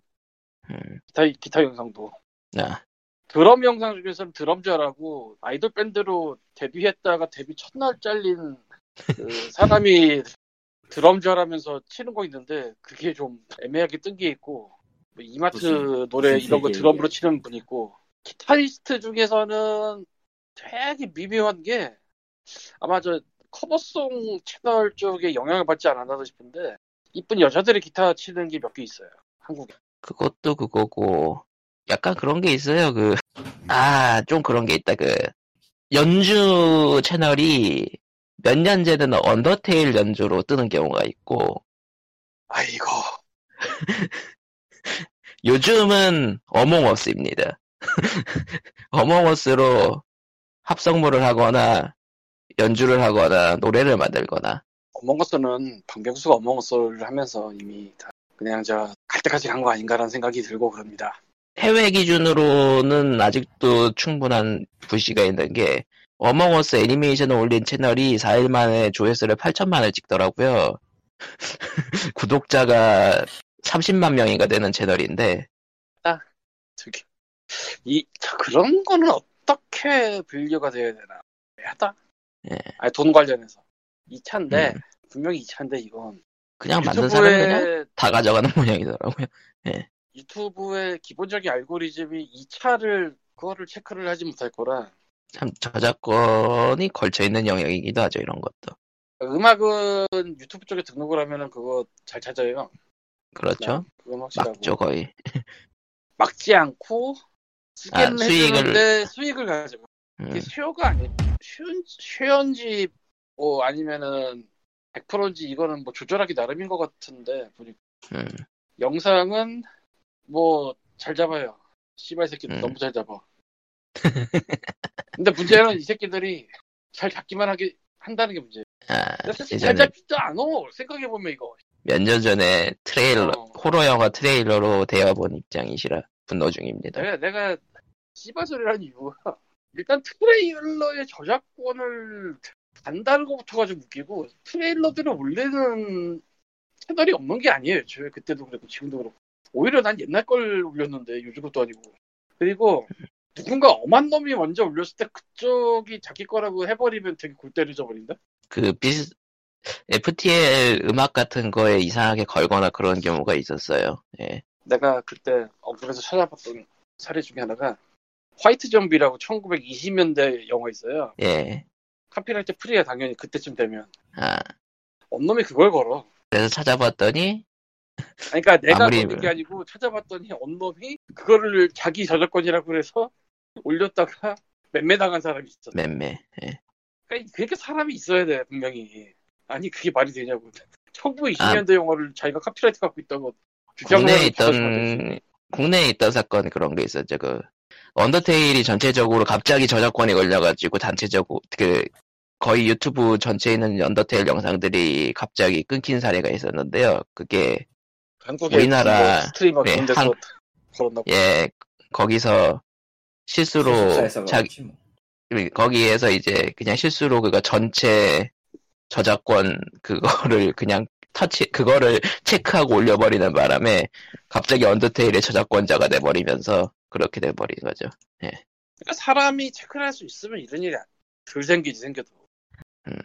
Speaker 1: 음.
Speaker 3: 기타 기타 영상도.
Speaker 1: 아,
Speaker 3: 드럼 영상 중에서는 드럼자라고 아이돌 밴드로 데뷔했다가 데뷔 첫날 잘린 그 사람이 드럼자라면서 치는 거 있는데 그게 좀 애매하게 뜬 게 있고 뭐 이마트
Speaker 2: 무슨-
Speaker 3: 노래
Speaker 2: 무슨
Speaker 3: 이런 거
Speaker 2: 세계에
Speaker 3: 드럼으로 치는 분 있고 기타리스트 중에서는 되게 미묘한 게 아마 저 커버송 채널 쪽에 영향을 받지 않았나 싶은데 이쁜 여자들이 기타 치는 게 몇 개 있어요 한국에
Speaker 1: 그것도 그거고 약간 그런 게 있어요. 그아좀 그런 게 있다. 그 연주 채널이 몇 년째는 언더테일 연주로 뜨는 경우가 있고
Speaker 3: 아이고
Speaker 1: 요즘은 어몽어스입니다. 어몽어스로 합성물을 하거나 연주를 하거나 노래를 만들거나
Speaker 3: 어몽어스는 방병수가 어몽어스를 하면서 이미 다 그냥 저 갈 때까지 간 거 아닌가라는 생각이 들고 그럽니다.
Speaker 1: 해외 기준으로는 아직도 충분한 불씨가 있는 게 어몽어스 애니메이션을 올린 채널이 4일 만에 조회수를 8천만을 찍더라고요. 구독자가 30만 명인가 되는 채널인데
Speaker 3: 저기 이 자, 그런 거는 어떻게 분류가 돼야 되나? 하다.
Speaker 1: 예.
Speaker 3: 아니 돈 관련해서 2차인데
Speaker 1: 음.
Speaker 3: 분명히 2차인데 이건
Speaker 1: 그냥 만든 사람 그냥
Speaker 3: 네. 유튜브의
Speaker 1: 다 가져가는 모양이더라고요.
Speaker 3: 유튜브의 기본적인 알고리즘이 2차를 그거를 체크를 하지 못할 거라
Speaker 1: 참 저작권이 걸쳐 있는 영역이기도 하죠 이런 것도.
Speaker 3: 음악은 유튜브 쪽에 등록을 하면은 그거 잘 찾아요.
Speaker 1: 그렇죠.
Speaker 3: 그건 확실하고
Speaker 1: 막죠 거의.
Speaker 3: 막지 않고 쓰기는
Speaker 1: 아, 수익을-
Speaker 3: 해주는데 수익을 가지고
Speaker 1: 음,
Speaker 3: 이게 수요가 아니 쉬운 쉬운지 뭐 아니면은 100%인지 이거는 뭐 조절하기 나름인 것 같은데 보니까
Speaker 1: 음.
Speaker 3: 영상은 뭐 잘 잡아요. 씨발 새끼들
Speaker 1: 음.
Speaker 3: 너무 잘 잡아. 근데 문제는 이 새끼들이 잘 잡기만 하게 한다는 게 문제예요.
Speaker 1: 아,
Speaker 3: 근데 사실 잘
Speaker 1: 예전에
Speaker 3: 잡지도 않아. 생각해 보면 이거
Speaker 1: 몇 년 전에 트레일러
Speaker 3: 어.
Speaker 1: 호러 영화 트레일러로 대여본 입장이시라 분노 중입니다.
Speaker 3: 내가 내가 씨발 소리라는 이유가 일단 트레일러의 저작권을 간다는 것부터가 좀 웃기고 트레일러들을 올리는 채널이 없는 게 아니에요. 애초에 그때도 그렇고 지금도 그렇고 오히려 난 옛날 걸 올렸는데 요즘 것도 아니고 그리고 누군가 엄한 놈이 먼저 올렸을 때 그쪽이 자기 거라고 해버리면 되게 골때를 져버린다.
Speaker 1: 그 비스 FTL 음악 같은 거에 이상하게 걸거나 그런 경우가 있었어요. 예.
Speaker 3: 내가 그때 억울해서 찾아봤던 사례 중에 하나가 화이트 좀비라고 1920년대 영화 있어요.
Speaker 1: 예.
Speaker 3: 카피라이트 프리야 당연히 그때쯤 되면.
Speaker 1: 아,
Speaker 3: 엄놈이 그걸 걸어.
Speaker 1: 그래서 찾아봤더니
Speaker 3: 아니, 그러니까 내가
Speaker 1: 아무리-
Speaker 3: 보는 게 아니고 찾아봤더니 엄놈이 그거를 자기 저작권이라고 그래서 올렸다가 맴매당한 사람이 있어.
Speaker 1: 맴매. 예.
Speaker 3: 그러니까 그렇게 사람이 있어야 돼 분명히. 아니 그게 말이 되냐고. 1920년대 영화를 자기가 카피라이트 갖고 있다고 주장을
Speaker 1: 아. 국내에
Speaker 3: 하면서
Speaker 1: 있던 국내에 있던 사건 그런 게 있었죠. 그 언더테일이 전체적으로 갑자기 저작권이 걸려가지고 단체적으로 그 거의 유튜브 전체에 있는 언더테일 영상들이 갑자기 끊긴 사례가 있었는데요. 그게
Speaker 3: 한국의
Speaker 1: 우리나라-
Speaker 3: 뭐 스트리머
Speaker 1: 네,
Speaker 3: 그런 데서
Speaker 1: 한-
Speaker 3: 걸었나 봐.
Speaker 1: 예 거기서 실수로
Speaker 2: 기숙사에서
Speaker 1: 자기
Speaker 2: 그렇지 뭐.
Speaker 1: 거기에서 이제 그냥 실수로 그거 전체 저작권 그거를 그냥 터치 그거를 체크하고 올려버리는 바람에 갑자기 언더테일의 저작권자가 돼버리면서 그렇게 돼버린 거죠.
Speaker 3: 그러니까 사람이 체크를 할 수 있으면 이런 일이 덜 생기지 생겨도
Speaker 1: 음.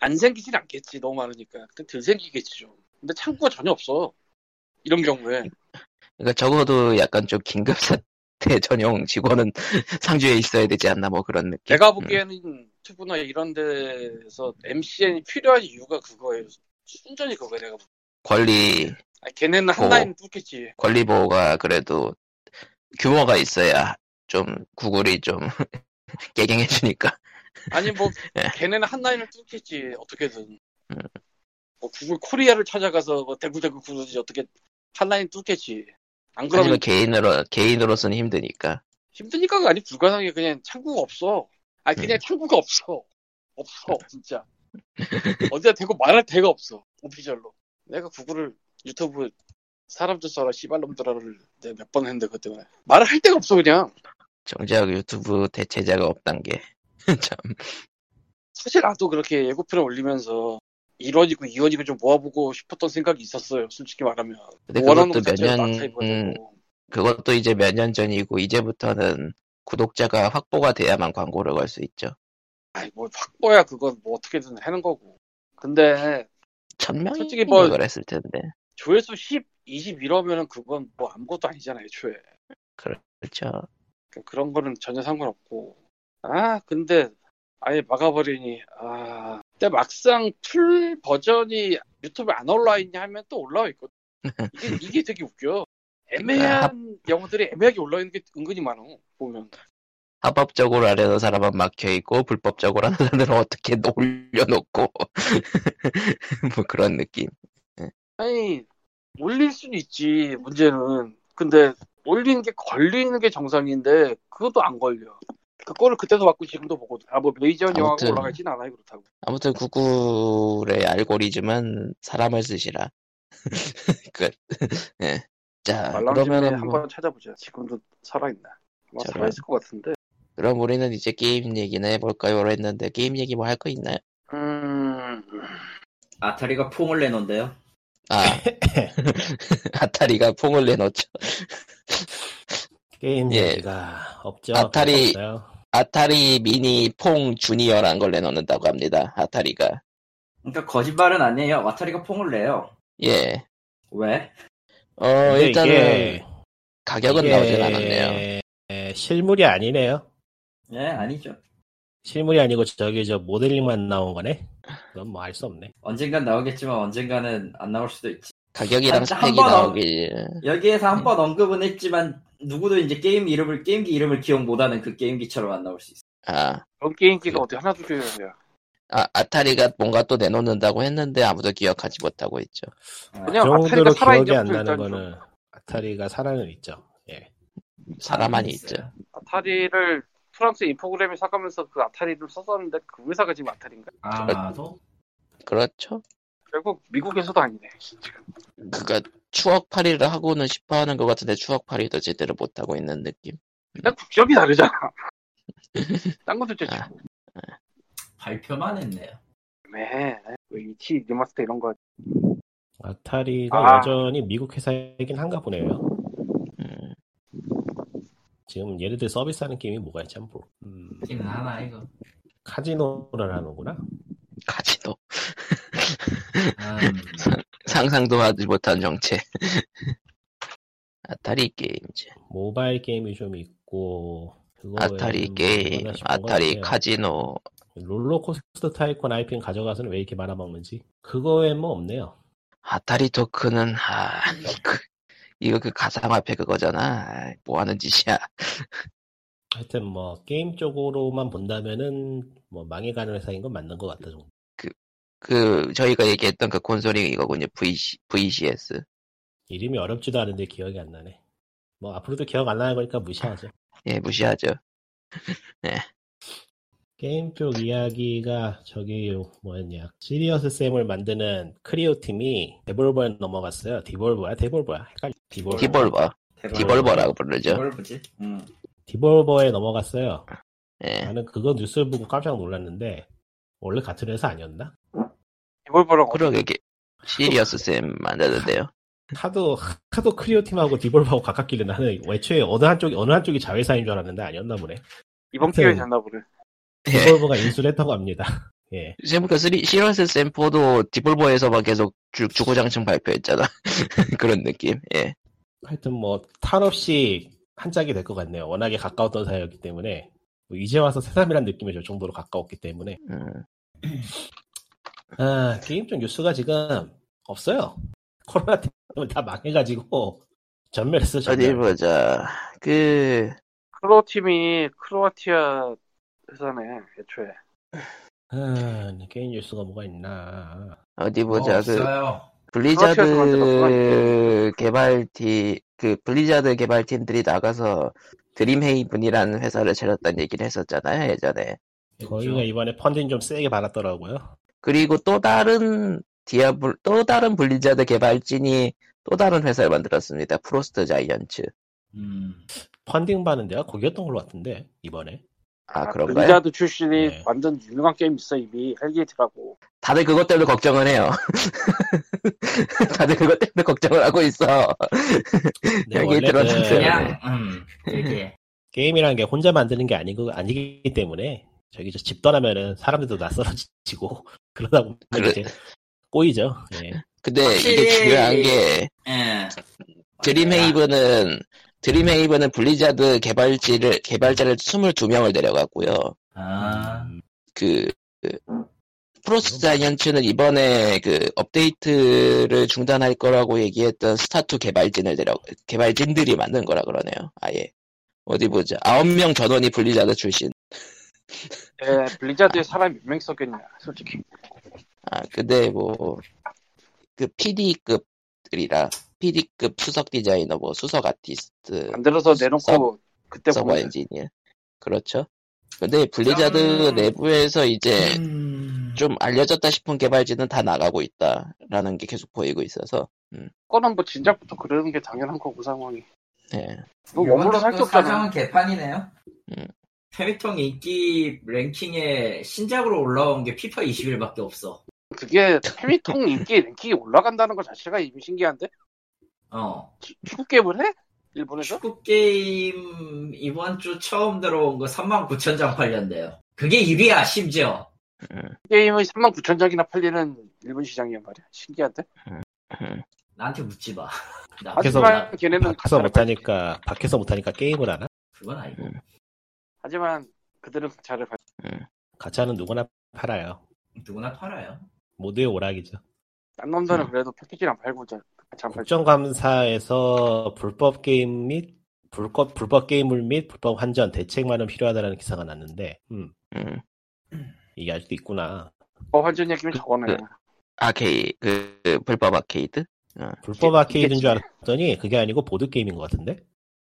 Speaker 3: 안 생기진 않겠지 너무 많으니까 근데 덜 생기겠지 좀 근데
Speaker 1: 음.
Speaker 3: 창구가 전혀 없어 이런 경우에
Speaker 1: 그러니까 적어도 약간 좀 긴급 사 대 전용 직원은 상주에 있어야 되지 않나 뭐 그런 느낌.
Speaker 3: 내가
Speaker 1: 음.
Speaker 3: 보기에는 튜브나 이런 데서 MCN이 필요한 이유가 그거예요. 순전히 그거예요, 내가 보기엔.
Speaker 1: 권리
Speaker 3: 아, 걔네는
Speaker 1: 어.
Speaker 3: 한 라인 뚫겠지.
Speaker 1: 권리 보호가 그래도 규모가 있어야 좀 구글이 좀 개경해주니까.
Speaker 3: 아니, 뭐,
Speaker 1: 예.
Speaker 3: 걔네는 한 라인을 뚫겠지, 어떻게든.
Speaker 1: 음.
Speaker 3: 뭐, 구글 코리아를 찾아가서 뭐 대굴대굴 구르지, 어떻게, 한 라인 뚫겠지. 안 그러면
Speaker 1: 하지만 개인으로 개인으로서는 힘드니까.
Speaker 3: 힘드니까가 아니 불가능해 그냥 창구가 없어 아니 그냥
Speaker 1: 음.
Speaker 3: 창구가 없어 없어 진짜 어디다 대고 말할 데가 없어 오피셜로 내가 구글을 유튜브 사람들 써라 씨발놈들아를 내가 몇 번 했는데 그것 때문에 말을 할 데가 없어 그냥
Speaker 1: 정작 유튜브 대체자가 없단 게 참.
Speaker 3: 사실 나도 그렇게 예고편을 올리면서 1원이고 2원이고 좀 모아보고 싶었던 생각이 있었어요 솔직히 말하면 뭐
Speaker 1: 근데
Speaker 3: 원하는
Speaker 1: 그것도
Speaker 3: 것
Speaker 1: 몇
Speaker 3: 자체가
Speaker 1: 년, 음,
Speaker 3: 낙타입어야 되고.
Speaker 1: 그것도 이제 몇 년 전이고 이제부터는 구독자가 확보가 돼야만 광고를 걸 수 있죠.
Speaker 3: 아이 뭐 확보야 그건 뭐 어떻게든 하는 거고 근데
Speaker 1: 천 명이
Speaker 3: 솔직히 뭐-
Speaker 1: 그랬을 텐데.
Speaker 3: 조회수 10, 20 이러면은 그건 뭐 아무것도 아니잖아요 애초에
Speaker 1: 그렇죠.
Speaker 3: 그런 거는 전혀 상관없고. 아, 근데 아예 막아버리니, 아. 근데 막상 풀 버전이 유튜브에 안 올라와 있냐 하면 또 올라와 있거든. 이게, 이게 되게 웃겨. 애매한 영어들이 애매하게 올라와 있는 게 은근히 많아, 보면.
Speaker 1: 합법적으로 하려는 사람은 막혀 있고 불법적으로 하는 사람들은 어떻게 올려놓고 뭐 그런 느낌.
Speaker 3: 아니, 올릴 수는 있지, 문제는. 근데 올리는 게 걸리는 게 정상인데, 그것도 안 걸려. 그러니까 그거를 그때도 봤고 지금도 보거든. 아, 뭐 메이저 영화가
Speaker 1: 아무튼.
Speaker 3: 올라가진 않아요, 그렇다고.
Speaker 1: 아무튼 구글의 알고리즘은 사람을 쓰시라. 끝. 예. 자
Speaker 3: 말랑심에
Speaker 1: 그러면은 뭐-
Speaker 3: 한번 찾아보자. 지금도 살아있나? 아마
Speaker 1: 저런.
Speaker 3: 살아있을 것 같은데.
Speaker 1: 그럼 우리는 이제 게임 얘기나 해볼까요?로 했는데 게임 얘기 뭐 할 거 있나요?
Speaker 3: 음,
Speaker 2: 아타리가 퐁을 내놓은데요.
Speaker 1: 아 아타리가 퐁을 내놓죠.
Speaker 4: 게임
Speaker 1: 예.
Speaker 4: 얘기가 없죠. 그렇죠.
Speaker 1: 아타리-
Speaker 4: 별거 없어요.
Speaker 1: 아타리 미니 퐁 주니어란 걸 내놓는다고 합니다. 아타리가
Speaker 2: 그러니까 거짓말은 아니에요. 아타리가 퐁을 내요.
Speaker 1: 예.
Speaker 2: 왜?
Speaker 1: 어
Speaker 4: 근데
Speaker 1: 일단은
Speaker 4: 이게-
Speaker 1: 가격은
Speaker 4: 이게-
Speaker 1: 나오진 않았네요.
Speaker 4: 예, 실물이 아니네요.
Speaker 2: 예, 아니죠.
Speaker 4: 실물이 아니고 저기 저 모델링만 나온 거네. 그럼 뭐 알 수 없네.
Speaker 2: 언젠간 나오겠지만 언젠가는 안 나올 수도 있지.
Speaker 1: 가격이랑
Speaker 4: 아,
Speaker 2: 한-
Speaker 1: 스펙이
Speaker 2: 한번
Speaker 1: 나오길
Speaker 2: 여기에서
Speaker 3: 네.
Speaker 2: 한 번 언급은 했지만 누구도 이제 게임 이름을 게임기 이름을 기억 못하는 그 게임기처럼 안 나올 수 있어.
Speaker 1: 아,
Speaker 3: 그런 게임기가 어디 하나도 필요해요.
Speaker 1: 아 아타리가 뭔가 또 내놓는다고 했는데 아무도 기억하지 못하고 있죠.
Speaker 2: 아,
Speaker 4: 그
Speaker 3: 그냥
Speaker 4: 정도로
Speaker 3: 아타리가
Speaker 4: 기억이
Speaker 3: 살아있냐
Speaker 4: 안
Speaker 3: 부터
Speaker 4: 나는
Speaker 3: 일단
Speaker 4: 거는 아타리가 살아는 있죠. 예. 아,
Speaker 1: 사람만이
Speaker 2: 있어요.
Speaker 1: 있죠.
Speaker 3: 아타리를 프랑스 인포그램에 사가면서 그 아타리를 썼었는데 그 회사가 지금 아타리인가?
Speaker 2: 아마도
Speaker 1: 그렇죠.
Speaker 3: 결국 미국에서도 아니네. 지금.
Speaker 1: 그가 추억팔이를 하고는 싶어하는 것 같은데 추억팔이도 제대로 못하고 있는 느낌.
Speaker 3: 일단 국적이 다르잖아. 딴 것도 진짜
Speaker 1: 아.
Speaker 2: 발표만 했네요.
Speaker 3: 애매해. 왜 이치 리마스터 이런 거
Speaker 4: 아타리가
Speaker 3: 아.
Speaker 4: 여전히 미국 회사이긴 한가 보네요.
Speaker 1: 음,
Speaker 4: 지금 얘네들 서비스하는 게임이 뭐가 있지 한번 볼. 음,
Speaker 2: 게임은 하나 이거.
Speaker 4: 카지노를 하는구나.
Speaker 1: 가지도
Speaker 2: 음.
Speaker 1: 상상도 하지 못한 정체. 아타리 게임즈,
Speaker 4: 모바일 게임이 좀 있고. 그거
Speaker 1: 아타리
Speaker 4: 외에는
Speaker 1: 게임,
Speaker 4: 뭐가 싶은 건
Speaker 1: 아타리
Speaker 4: 없네요.
Speaker 1: 카지노.
Speaker 4: 롤러코스터 타이콘 IP는 가져가서는 왜 이렇게 말아먹는지. 그거 외엔 뭐 없네요.
Speaker 1: 아타리 토크는 아 그, 이거 그 가상화폐 그거잖아. 아이, 뭐 하는 짓이야.
Speaker 4: 하여튼 뭐 게임 쪽으로만 본다면은 뭐 망해가는 회사인 건 맞는 것 같다 정도.
Speaker 1: 그 저희가 얘기했던 그 콘솔이 이거군요. VC, VCS.
Speaker 4: 이름이 어렵지도 않은데 기억이 안 나네. 뭐 앞으로도 기억 안 나는 거니까 무시하죠.
Speaker 1: 예, 무시하죠.
Speaker 4: 게임 쪽 이야기가 저기 뭐였냐 시리어스 쌤을 만드는 크리오 팀이 데볼버에 넘어갔어요. 디볼버야 데볼버야 헷갈려. 디볼버.
Speaker 1: 네. 디볼버, 디볼버라고 부르죠.
Speaker 2: 디볼버지. 음.
Speaker 4: 에 넘어갔어요.
Speaker 1: 예.
Speaker 4: 나는 그거 뉴스 보고 깜짝 놀랐는데 원래 같은 회사 아니었나?
Speaker 3: 이볼버랑
Speaker 1: 그러게 게- 시리어스 쌤 만드는데요.
Speaker 4: 하도 하도 크리오 팀하고 디볼버하고 가깝길래 나는 애초에 어느 한쪽이 어느 한쪽이 자회사인 줄 알았는데 아니었나 보네.
Speaker 3: 이번 기회에 됐나 보네.
Speaker 1: 예.
Speaker 4: 디볼버가 인수를 했다고 합니다. 예.
Speaker 1: 쌤그 쓰리- 시리어스 쌤 4도 디볼버에서만 계속 주, 고장층 발표했잖아. 그런 느낌. 예.
Speaker 4: 하여튼 뭐, 탈 없이 한 짝이 될 것 같네요. 워낙에 가까웠던 사이였기 때문에 뭐 이제 와서 새삼이란 느낌이 들 정도로 가까웠기 때문에
Speaker 1: 음,
Speaker 4: 아, 게임 쪽 뉴스가 지금 없어요. 코로나 때문에 다 망해가지고 전멸했어.
Speaker 1: 어디
Speaker 4: 전멸.
Speaker 1: 보자. 그
Speaker 3: 크로어 팀이 크로아티아 회사네 애초에
Speaker 4: 아, 게임 뉴스가 뭐가 있나?
Speaker 1: 어디
Speaker 5: 뭐
Speaker 1: 보자. 그
Speaker 5: 없어요.
Speaker 1: 블리자드
Speaker 3: 그렇죠, 그건 그건
Speaker 1: 개발팀 그 블리자드 개발팀들이 나가서 드림헤이븐이라는 회사를 차렸다는 얘기를 했었잖아요 예전에
Speaker 4: 거기가 이번에 펀딩 좀 세게 받았더라고요.
Speaker 1: 그리고 또 다른 디아블 또 다른 블리자드 개발진이 또 다른 회사를 만들었습니다 프로스트 자이언츠
Speaker 5: 음.
Speaker 4: 펀딩 받는 데가 거기였던 걸로 같은데 이번에.
Speaker 1: 아
Speaker 3: 아,
Speaker 1: 그런가요?
Speaker 3: 블리자드 출신이
Speaker 4: 네.
Speaker 3: 완전 유명한 게임 있어 이미 헬게이트라고
Speaker 1: 다들 그것 때문에 걱정을 해요 다들 그것 때문에 걱정을 하고 있어
Speaker 4: 근데
Speaker 1: 여기
Speaker 4: 원래
Speaker 1: 들어왔는데.
Speaker 4: 그
Speaker 1: 네.
Speaker 5: 그냥 음. 이게
Speaker 4: 게임이라는 게 혼자 만드는 게 아니고 아니기 때문에 저기 저 집 떠나면은 사람들도 낯설어지고 그러다 보면
Speaker 1: 그래.
Speaker 4: 이제 꼬이죠. 예.
Speaker 1: 근데 이게
Speaker 2: 확실히-
Speaker 1: 중요한 게
Speaker 5: 예.
Speaker 1: 드림헤이븐은 드림헤이븐은 블리자드 개발지를 개발자를 22명을 데려갔고요.
Speaker 5: 아.
Speaker 4: 음,
Speaker 1: 그, 그 프로스트 자이언츠는 이번에 그 업데이트를 중단할 거라고 얘기했던 스타투 개발진을 데려 개발진들이 만든 거라 그러네요. 아예 어디 보자. 아홉 명 전원이 블리자드 출신.
Speaker 3: 예, 블리자드에 사람이 몇 명 있었겠냐 솔직히
Speaker 1: 아 근데 뭐 그 PD급들이라 PD급 수석 디자이너 뭐 수석 아티스트
Speaker 3: 만들어서 내놓고
Speaker 1: 네. 서-
Speaker 3: 그때
Speaker 1: 서버
Speaker 3: 보면
Speaker 1: 엔지니어. 그렇죠. 근데 블리자드
Speaker 5: 음.
Speaker 1: 내부에서 이제
Speaker 5: 음.
Speaker 1: 좀 알려졌다 싶은 개발진은 다 나가고 있다라는 게 계속 보이고 있어서.
Speaker 3: 거는 뭐 진작부터 그러는 게 당연한 거고 상황이
Speaker 1: 네.
Speaker 3: 뭐
Speaker 2: 이것도
Speaker 3: 원물로 살게 없잖아
Speaker 5: 사정은 개판이네요.
Speaker 1: 음.
Speaker 2: 페미통 인기 랭킹에 신작으로 올라온 게 피파 21밖에 없어.
Speaker 3: 그게 페미통 인기 랭킹이 올라간다는 것 자체가 이미 신기한데
Speaker 2: 어.
Speaker 3: 추- 축구 게임을 해? 일본에서?
Speaker 2: 축구 게임 이번 주 처음 들어온 거 39,000장 팔렸네요. 그게 1위야 심지어.
Speaker 3: 게임이 3만 9천 장이나 팔리는 일본 시장이란 말이야 신기한데?
Speaker 2: 나한테 묻지 마. 나
Speaker 4: 밖에서-
Speaker 3: 하지만 걔네는
Speaker 4: 밖에서
Speaker 3: 가짜를 팔-
Speaker 4: 못하니까 밖에서 못하니까 게임을 하나?
Speaker 2: 그건 아니고.
Speaker 3: 하지만 그들은 가차를 팔
Speaker 4: 가차는 누구나 팔아요.
Speaker 2: 누구나 팔아요.
Speaker 4: 모두의 오락이죠.
Speaker 3: 딴 놈들은
Speaker 4: 음.
Speaker 3: 그래도 패키지를 안 팔고 자- 가차 안 팔고
Speaker 4: 국정감사에서 불법 게임 및 불법 불법 게임물 및 불법 환전 대책 마련 필요하다라는 기사가 났는데 음,
Speaker 1: 음.
Speaker 4: 이게 아직도 있구나.
Speaker 3: 어, 환전 얘기면 저거네
Speaker 1: 그- 아케이 그, 그 불법 아케이드?
Speaker 4: 불법
Speaker 3: 이게-
Speaker 4: 아케이드인 줄
Speaker 3: 이게-
Speaker 4: 알았더니 그게 아니고 보드 게임인 것 같은데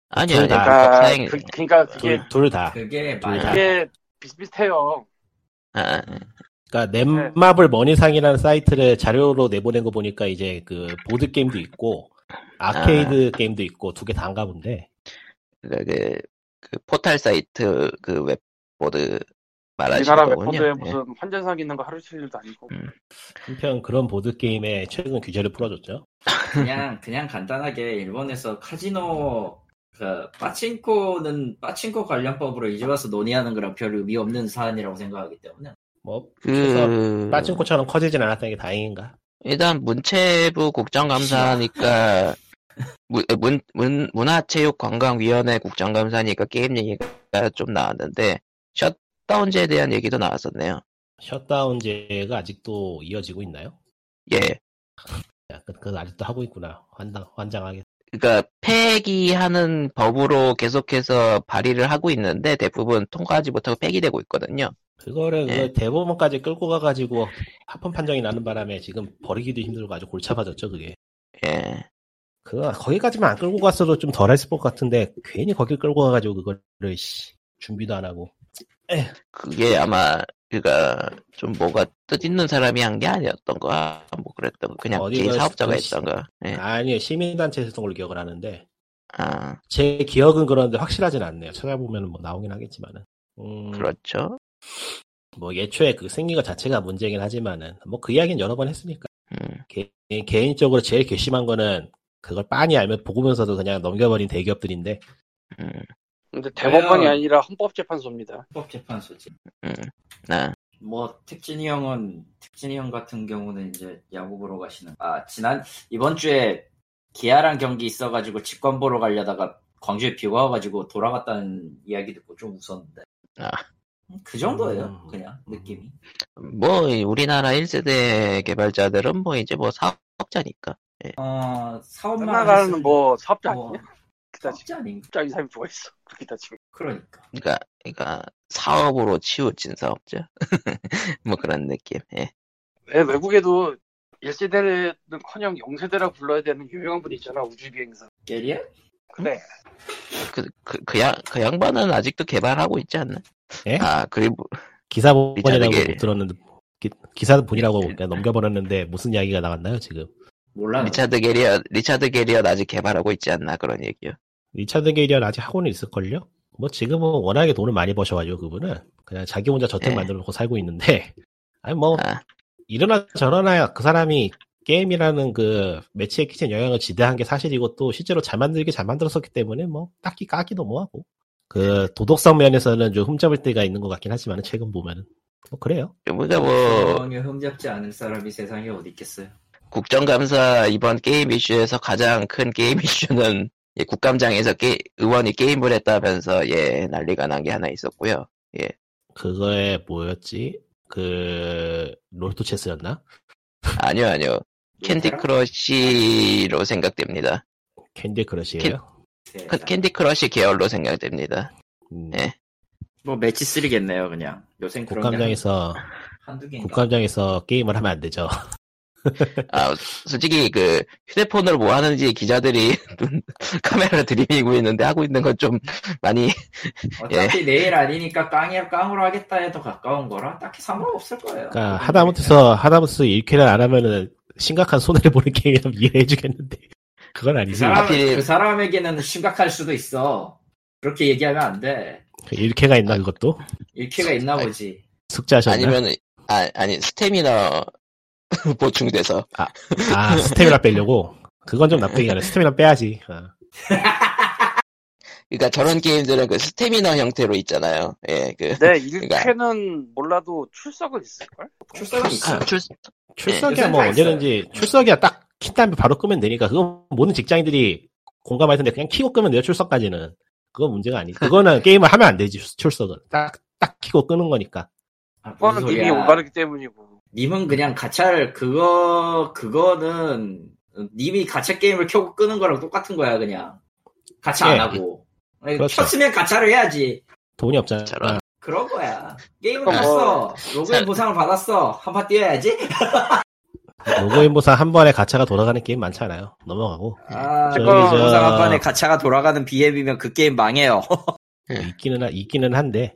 Speaker 1: 아니
Speaker 4: 둘
Speaker 1: 아니.
Speaker 4: 다.
Speaker 1: 불법
Speaker 3: 그러니까,
Speaker 1: 사행.
Speaker 3: 그, 그러니까 그게
Speaker 4: 둘 둘 다.
Speaker 2: 그게
Speaker 4: 아, 둘
Speaker 2: 말이
Speaker 4: 다.
Speaker 3: 그게 비슷비슷해요
Speaker 1: 아,
Speaker 4: 그러니까 넷마블 머니상이라는 사이트를 자료로 내보낸 거 보니까 이제 그 보드 게임도 있고 아케이드 게임도 있고 두 개 다인가 본데
Speaker 1: 그, 그, 그 포탈 사이트 그 웹보드 말하시는
Speaker 3: 우리나라
Speaker 1: 거군요.
Speaker 3: 웹폰드에
Speaker 1: 예.
Speaker 3: 무슨 환전상 있는 거 하루 칠 일도 아니고
Speaker 4: 한편 그런 보드 게임에 최근 규제를 풀어줬죠.
Speaker 2: 그냥 그냥 간단하게 일본에서 카지노 그 빠친코는 빠친코 관련법으로 이제 와서 논의하는 거랑 별 의미 없는 사안이라고 생각하기 때문에
Speaker 4: 뭐
Speaker 1: 그
Speaker 4: 빠친코처럼 커지진 않았다는 게 다행인가?
Speaker 1: 일단 문체부 국정감사니까 문, 문, 문, 문화체육관광위원회 국정감사니까 게임 얘기가 좀 나왔는데 셧다운제에 대한 얘기도 나왔었네요.
Speaker 4: 셧다운제가 아직도 이어지고 있나요?
Speaker 1: 예,
Speaker 4: 야, 그, 그 아직도 하고 있구나. 환장 환장하게.
Speaker 1: 그러니까 폐기하는 법으로 계속해서 발의를 하고 있는데 대부분 통과하지 못하고 폐기되고 있거든요.
Speaker 4: 그거를
Speaker 1: 예.
Speaker 4: 그 대법원까지 끌고 가가지고 합헌 판정이 나는 바람에 지금 버리기도 힘들고 아주 골치 아파졌죠 그게.
Speaker 1: 예,
Speaker 4: 그 거기까지만 안 끌고 갔어도 좀 덜했을 것 같은데 괜히 거기 끌고 가가지고 그거를 씨, 준비도 안 하고
Speaker 1: 그게 아마 그가 좀 뭐가 뜻있는 사람이 한 게 아니었던가 뭐 그랬던 거 그냥
Speaker 4: 어디가
Speaker 1: 개인 사업자가
Speaker 4: 그 시-
Speaker 1: 했던가. 예,
Speaker 4: 아니요 시민단체에서 했던 걸 기억을 하는데
Speaker 1: 아
Speaker 4: 제 기억은 그런데 확실하진 않네요 찾아보면 뭐 나오긴 하겠지만은 음,
Speaker 1: 그렇죠.
Speaker 4: 뭐 예초에 그 생리가 자체가 문제긴 하지만은 뭐 그 이야기는 여러 번 했으니까
Speaker 1: 음.
Speaker 4: 개, 개인적으로 제일 괘씸한 거는 그걸 빤히 알면 보고면서도 그냥 넘겨버린 대기업들인데
Speaker 1: 음.
Speaker 3: 근데 대법원이
Speaker 2: 과연-
Speaker 3: 아니라 헌법재판소입니다
Speaker 2: 헌법재판소지.
Speaker 1: 음, 네.
Speaker 2: 뭐 택진이 형은 택진이 형 같은 경우는 이제 야구 보러 가시는. 아 지난 이번 주에 기아랑 경기 있어가지고 직관 보러 가려다가 광주에 비가 와가지고 돌아갔다는 이야기 듣고 좀 웃었는데.
Speaker 1: 아.
Speaker 2: 그 정도예요,
Speaker 4: 음.
Speaker 2: 그냥 느낌이.
Speaker 1: 뭐이 우리나라 1세대 개발자들은 뭐 이제 뭐 사업자니까
Speaker 2: 어, 사업만
Speaker 3: 끝나가는
Speaker 2: 했으면
Speaker 4: 어.
Speaker 3: 뭐 사업자
Speaker 2: 뭐,
Speaker 3: 아니야? 그다지
Speaker 2: 사업자 아닌가?
Speaker 3: 사업자 이상이 누가 있어? 그렇게 따지면
Speaker 2: 그러니까.
Speaker 1: 그러니까 그러니까 사업으로 치우친 사업자 뭐 그런 느낌 예.
Speaker 3: 왜 외국에도 1세대는커녕 0세대라 불러야 되는 유명한 분이 있잖아 우주비행사
Speaker 2: 게리야?
Speaker 3: 그래
Speaker 1: 그, 그, 그, 양, 그 양반은 아직도 개발하고 있지 않나?
Speaker 4: 예?
Speaker 1: 아 그리고
Speaker 4: 기사 본이라고
Speaker 1: 리차드 게- 예,
Speaker 4: 못 들었는데 기, 기사 본이라고 그냥 넘겨버렸는데 무슨 이야기가 나갔나요 지금?
Speaker 2: 몰라.
Speaker 1: 리차드 게리어 리차드 게리어 아직 개발하고 있지 않나 그런 얘기요.
Speaker 4: 리차드 게리언 아직 학원에 있을걸요? 뭐 지금은 워낙에 돈을 많이 버셔가지고 그분은 그냥 자기 혼자 저택
Speaker 2: 네.
Speaker 1: 예.
Speaker 4: 만들어 놓고 살고 있는데 아니 뭐
Speaker 1: 아,
Speaker 4: 일어나 저러나 그 사람이 게임이라는 그 매체에 끼친 영향을 지대한 게 사실이고 또 실제로 잘 만들게 잘 만들었었기 때문에 뭐 딱히 까기도 뭐하고 그 도덕성 면에서는 좀 흠잡을 때가 있는 것 같긴 하지만 최근 보면은 뭐 그래요
Speaker 1: 그러니까 뭐
Speaker 2: 전혀 흠잡지 않은 사람이 세상에 어디 있겠어요.
Speaker 1: 국정감사 이번 게임 이슈에서 가장 큰 게임 이슈는 예, 국감장에서 게- 의원이 게임을 했다면서 예 난리가 난 게 하나 있었고요.
Speaker 4: 그거에 뭐였지 그 롤토 체스였나
Speaker 1: 아니요 아니요 캔디 크러쉬로 생각됩니다.
Speaker 4: 캔디 크러쉬예요
Speaker 2: 세상.
Speaker 1: 그- 캔디 크러쉬 계열로 생각됩니다.
Speaker 4: 음,
Speaker 1: 예.
Speaker 2: 뭐 매치 쓰리겠네요, 그냥. 요새 그런 게
Speaker 4: 국감장에서
Speaker 2: 한- 한두 개인가.
Speaker 4: 국감장에서 게임을 하면 안 되죠
Speaker 1: 아 솔직히 그 휴대폰으로 뭐 하는지 기자들이 눈- 카메라를 들이미고 있는데 하고 있는 건 좀 많이
Speaker 4: 예.
Speaker 2: 어차피 내일 아니니까 깡이야 깡으로 하겠다 해도 가까운 거라 딱히 상관없을 거예요.
Speaker 4: 그러니까 하다못해서 하다못해서 일쾌를 안 하면은 심각한 손해를 보는 게임이라 이해해주겠는데 그건
Speaker 2: 그,
Speaker 4: 아니지
Speaker 2: 사람,
Speaker 1: 하필이-
Speaker 2: 그 사람에게는 심각할 수도 있어. 그렇게 얘기하면 안 돼.
Speaker 4: 그 일쾌가 있나 그것도
Speaker 2: 일쾌가 있나 보지.
Speaker 4: 숙제하셨나?
Speaker 1: 아니면 아 아니 스태미너 보충돼서
Speaker 4: 아 스태미나 빼려고 그건 좀 나쁘긴 하네 스태미나 빼야지 아,
Speaker 1: 그러니까 저런 게임들은 그 스태미너 형태로 있잖아요. 예, 그
Speaker 3: 네 1회는 몰라도 출석은 있을걸?
Speaker 2: 출석은 있어.
Speaker 1: 아, 출-
Speaker 4: 출석이야
Speaker 2: 네,
Speaker 4: 뭐
Speaker 2: 요새는 다
Speaker 4: 언제든지 출석이야 딱 킨다음에 바로 끄면 되니까 그건 모든 직장인들이 공감할 텐데 그냥 키고 끄면 돼요 출석까지는 그건 문제가 아니지 그거는 게임을 하면 안 되지 출- 출석은 딱 딱 키고 끄는 거니까
Speaker 2: 아, 뭔
Speaker 3: 그거는
Speaker 2: 소리야.
Speaker 3: 님이 올바르기 때문이고
Speaker 2: 님은 그냥 가차를 그거 그거는 님이 가차 게임을 켜고 끄는 거랑 똑같은 거야 그냥. 가차 안
Speaker 4: 예.
Speaker 2: 하고. 아니,
Speaker 4: 그렇죠.
Speaker 2: 켰으면 가차를 해야지.
Speaker 4: 돈이 없잖아
Speaker 1: 저런.
Speaker 2: 그런 거야. 게임을
Speaker 3: 그러니까
Speaker 2: 했어.
Speaker 3: 뭐-
Speaker 2: 로그인 보상을 받았어. 한파 뛰어야지.
Speaker 4: 로그인 보상 한 번에 가차가 돌아가는 게임 많잖아요 넘어가고
Speaker 2: 아,
Speaker 4: 저기
Speaker 2: 로그인
Speaker 4: 저-
Speaker 2: 보상 한 번에 가차가 돌아가는 비앱이면 그 게임 망해요.
Speaker 4: 있기는 하- 있기는 한데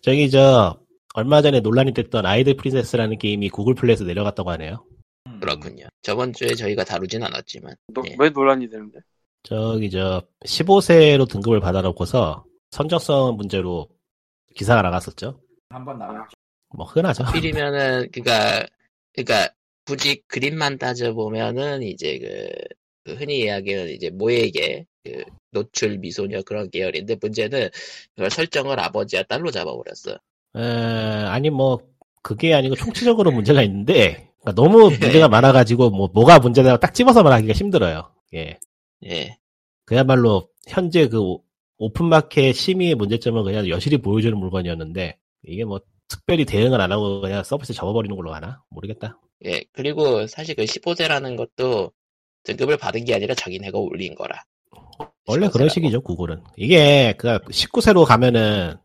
Speaker 4: 저기 저 얼마 전에 논란이 됐던 아이들 프린세스라는 게임이 구글 플레이에서 내려갔다고 하네요.
Speaker 2: 음,
Speaker 1: 그렇군요. 저번 주에 저희가 다루진 않았지만
Speaker 3: 노-
Speaker 1: 예.
Speaker 3: 왜 논란이 되는데?
Speaker 4: 저기 저 15세로 등급을 받아놓고서 선정성 문제로 기사가 나갔었죠.
Speaker 2: 한번 나갔죠.
Speaker 4: 뭐 흔하죠.
Speaker 1: 필이면은 그니까 그니까 굳이 그림만 따져 보면은 이제 그, 그 흔히 이야기하는 이제 모에게 그 노출 미소녀 그런 계열인데 문제는 그걸 설정을 아버지와 딸로 잡아버렸어.
Speaker 4: 에, 아니 뭐 그게 아니고 총체적으로 문제가 있는데 그러니까 너무 문제가 많아가지고 뭐 뭐가 문제다 딱 집어서 말하기가 힘들어요. 예.
Speaker 1: 예.
Speaker 4: 그야말로 현재 그 오- 오픈마켓 심의의 문제점을 그냥 여실히 보여주는 물건이었는데 이게 뭐 특별히 대응을 안 하고 그냥 서비스 접어버리는 걸로 가나 모르겠다.
Speaker 1: 예. 그리고 사실 그 15세라는 것도 등급을 받은 게 아니라 자기네가 올린 거라.
Speaker 4: 원래 그런
Speaker 1: 15세라고.
Speaker 4: 식이죠 구글은 이게 그 19세로 가면은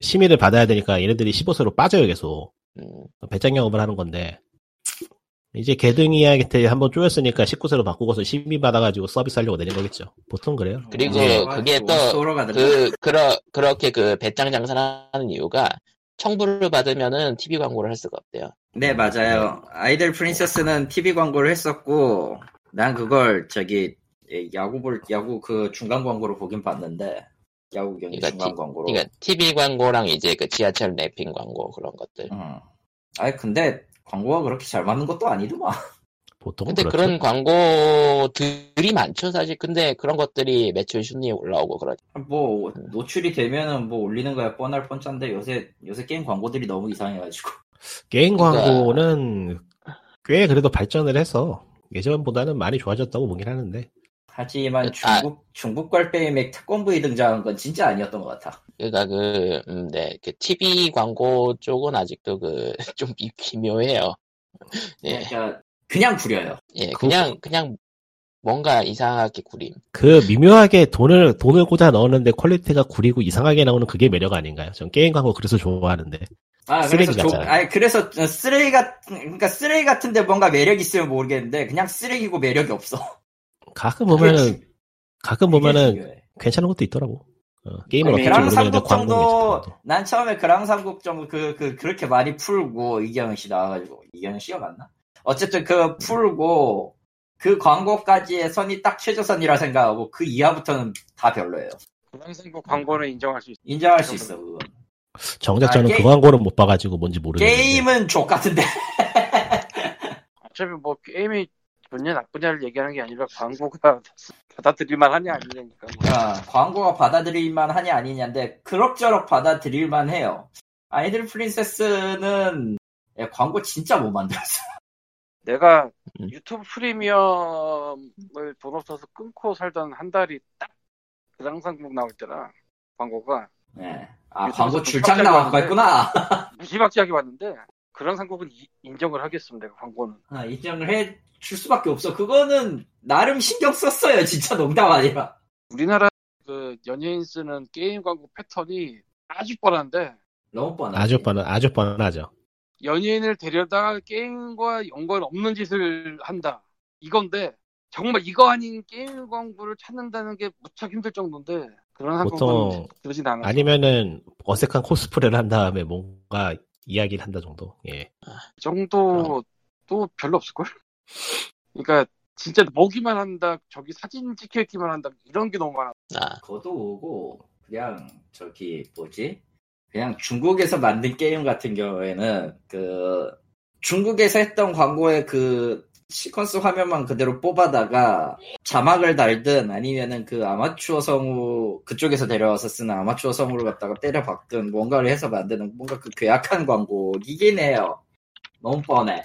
Speaker 4: 심의를 받아야 되니까 얘네들이 15세로 빠져요 계속
Speaker 1: 음,
Speaker 4: 배짱 영업을 하는 건데 이제 개등이한테 한번 쪼였으니까 19세로 바꾸고서 심의 받아가지고 서비스 하려고 내린 거겠죠. 보통 그래요.
Speaker 1: 그리고
Speaker 2: 어,
Speaker 1: 그게 또
Speaker 2: 원스토어로 가던데.
Speaker 1: 그 그러 그렇게 그 배짱 장사하는 이유가 청부를 받으면은 TV 광고를 할 수가 없대요.
Speaker 2: 네, 맞아요. 아이들 프린세스는 TV 광고를 했었고, 난 그걸 저기, 예, 야구 볼, 야구 그 중간 광고로 보긴 봤는데, 야구 경기
Speaker 1: 그러니까
Speaker 2: 중간
Speaker 1: 티-
Speaker 2: 광고로.
Speaker 1: 그러니까 TV 광고랑 이제 그 지하철 랩핑 광고 그런
Speaker 4: 어,
Speaker 1: 것들.
Speaker 2: 음. 아니, 근데 광고가 그렇게 잘 맞는 것도 뭐. 아니더만.
Speaker 4: 보통은
Speaker 1: 근데
Speaker 4: 그렇죠.
Speaker 1: 그런 광고들이 많죠 사실. 근데 그런 것들이 매출 순위에 올라오고 그러죠.
Speaker 2: 뭐, 노출이 되면은 뭐 올리는 거야 뻔할 뻔짠데, 요새, 요새 게임 광고들이 너무 이상해가지고.
Speaker 4: 게임
Speaker 1: 그러니까-
Speaker 4: 광고는 꽤 그래도 발전을 해서 예전보다는 많이 좋아졌다고 보긴 하는데
Speaker 2: 하지만
Speaker 1: 아.
Speaker 2: 중국 중국 걸페임에 특권부이 등장한 건 진짜 아니었던 것 같아.
Speaker 1: 그러니까 그, 음, 네, 그 TV 광고 쪽은 아직도 그 좀 기묘해요.
Speaker 4: 어,
Speaker 1: 예,
Speaker 2: 그러니까 그냥 구려요.
Speaker 1: 예, 그냥 그냥 뭔가 이상하게 구림.
Speaker 4: 그 미묘하게 돈을 돈을 꽂아 넣었는데 퀄리티가 구리고 이상하게 나오는 그게 매력 아닌가요? 전 게임 광고 그래서 좋아하는데
Speaker 2: 아
Speaker 4: 쓰레기
Speaker 2: 그래서 조,
Speaker 4: 같잖아요.
Speaker 2: 아니 그래서 쓰레기 같은 그러니까 쓰레기 같은데 뭔가 매력 있으면 모르겠는데 그냥 쓰레기고 매력이 없어.
Speaker 4: 가끔 보면은
Speaker 2: 그게
Speaker 4: 가끔 보면은
Speaker 2: 중요해.
Speaker 4: 괜찮은 것도 있더라고. 어, 게임을
Speaker 3: 아니,
Speaker 4: 어떻게
Speaker 2: 그랑
Speaker 4: 모르는데
Speaker 2: 삼국 정도
Speaker 4: 광고
Speaker 2: 난 처음에 그랑 삼국 정도 그, 그 그렇게 많이 풀고 이경은 씨 나와가지고 이경은 씨가 맞나? 어쨌든 그 풀고 그 광고까지의 선이 딱 최저선이라 생각하고 그 이하부터는 다 별로예요.
Speaker 3: 그랑생국 광고는 인정할 수 있어.
Speaker 2: 인정할 수 있어 그건.
Speaker 4: 정작
Speaker 2: 아,
Speaker 4: 저는
Speaker 2: 게임-
Speaker 4: 그 광고는 못 봐가지고 뭔지 모르겠는데
Speaker 2: 게임은 족 같은데.
Speaker 3: 어차피 뭐 게임이 좋냐 나쁘냐를 얘기하는 게 아니라 광고가 받아들일만 하냐 아니냐니까. 뭐.
Speaker 2: 아, 광고가 받아들일만 하냐 아니냐인데 그럭저럭 받아들일만 해요. 아이들 프린세스는 예, 광고 진짜 못 만들었어.
Speaker 3: 내가
Speaker 1: 음.
Speaker 3: 유튜브 프리미엄을 돈 없어서 끊고 살던 한 달이 딱 그랑상국 나올 때라 광고가
Speaker 2: 예. 아
Speaker 3: 유튜브에서
Speaker 2: 광고
Speaker 3: 좀
Speaker 2: 줄창
Speaker 3: 깜짝
Speaker 2: 나왔고 했구나.
Speaker 3: 무지막지하게 봤는데 그랑상국은 이- 인정을 하겠습니다. 그 광고는
Speaker 2: 아, 입장을 해 줄 수밖에 없어. 그거는 나름 신경 썼어요. 진짜 농담 아니라.
Speaker 3: 우리나라 그 연예인 쓰는 게임 광고 패턴이 아주 뻔한데
Speaker 2: 너무 뻔하.
Speaker 4: 아주 뻔한 아주 뻔하죠.
Speaker 3: 연예인을 데려다가 게임과 연관 없는 짓을 한다. 이건데 정말 이거 아닌 게임 광고를 찾는다는 게 무척 힘들 정도인데 그런 한국은
Speaker 4: 보통
Speaker 3: 그러진 않아.
Speaker 4: 아니면은 어색한 코스프레를 한 다음에 뭔가 이야기를 한다 정도. 예.
Speaker 3: 그 정도도 별로 없을걸? 그러니까 진짜 보기만 한다, 저기 사진 찍혀있기만 한다, 이런 게 너무 많아.
Speaker 1: 아,
Speaker 2: 거도 오고 그냥 저기 뭐지? 그냥 중국에서 만든 게임 같은 경우에는 그 중국에서 했던 광고의 그 시퀀스 화면만 그대로 뽑아다가 자막을 달든 아니면은 그 아마추어 성우 그쪽에서 데려와서 쓰는 아마추어 성우를 갖다가 때려 박든 뭔가를 해서 만드는 뭔가 그 괴악한 광고이긴 해요. 너무 뻔해.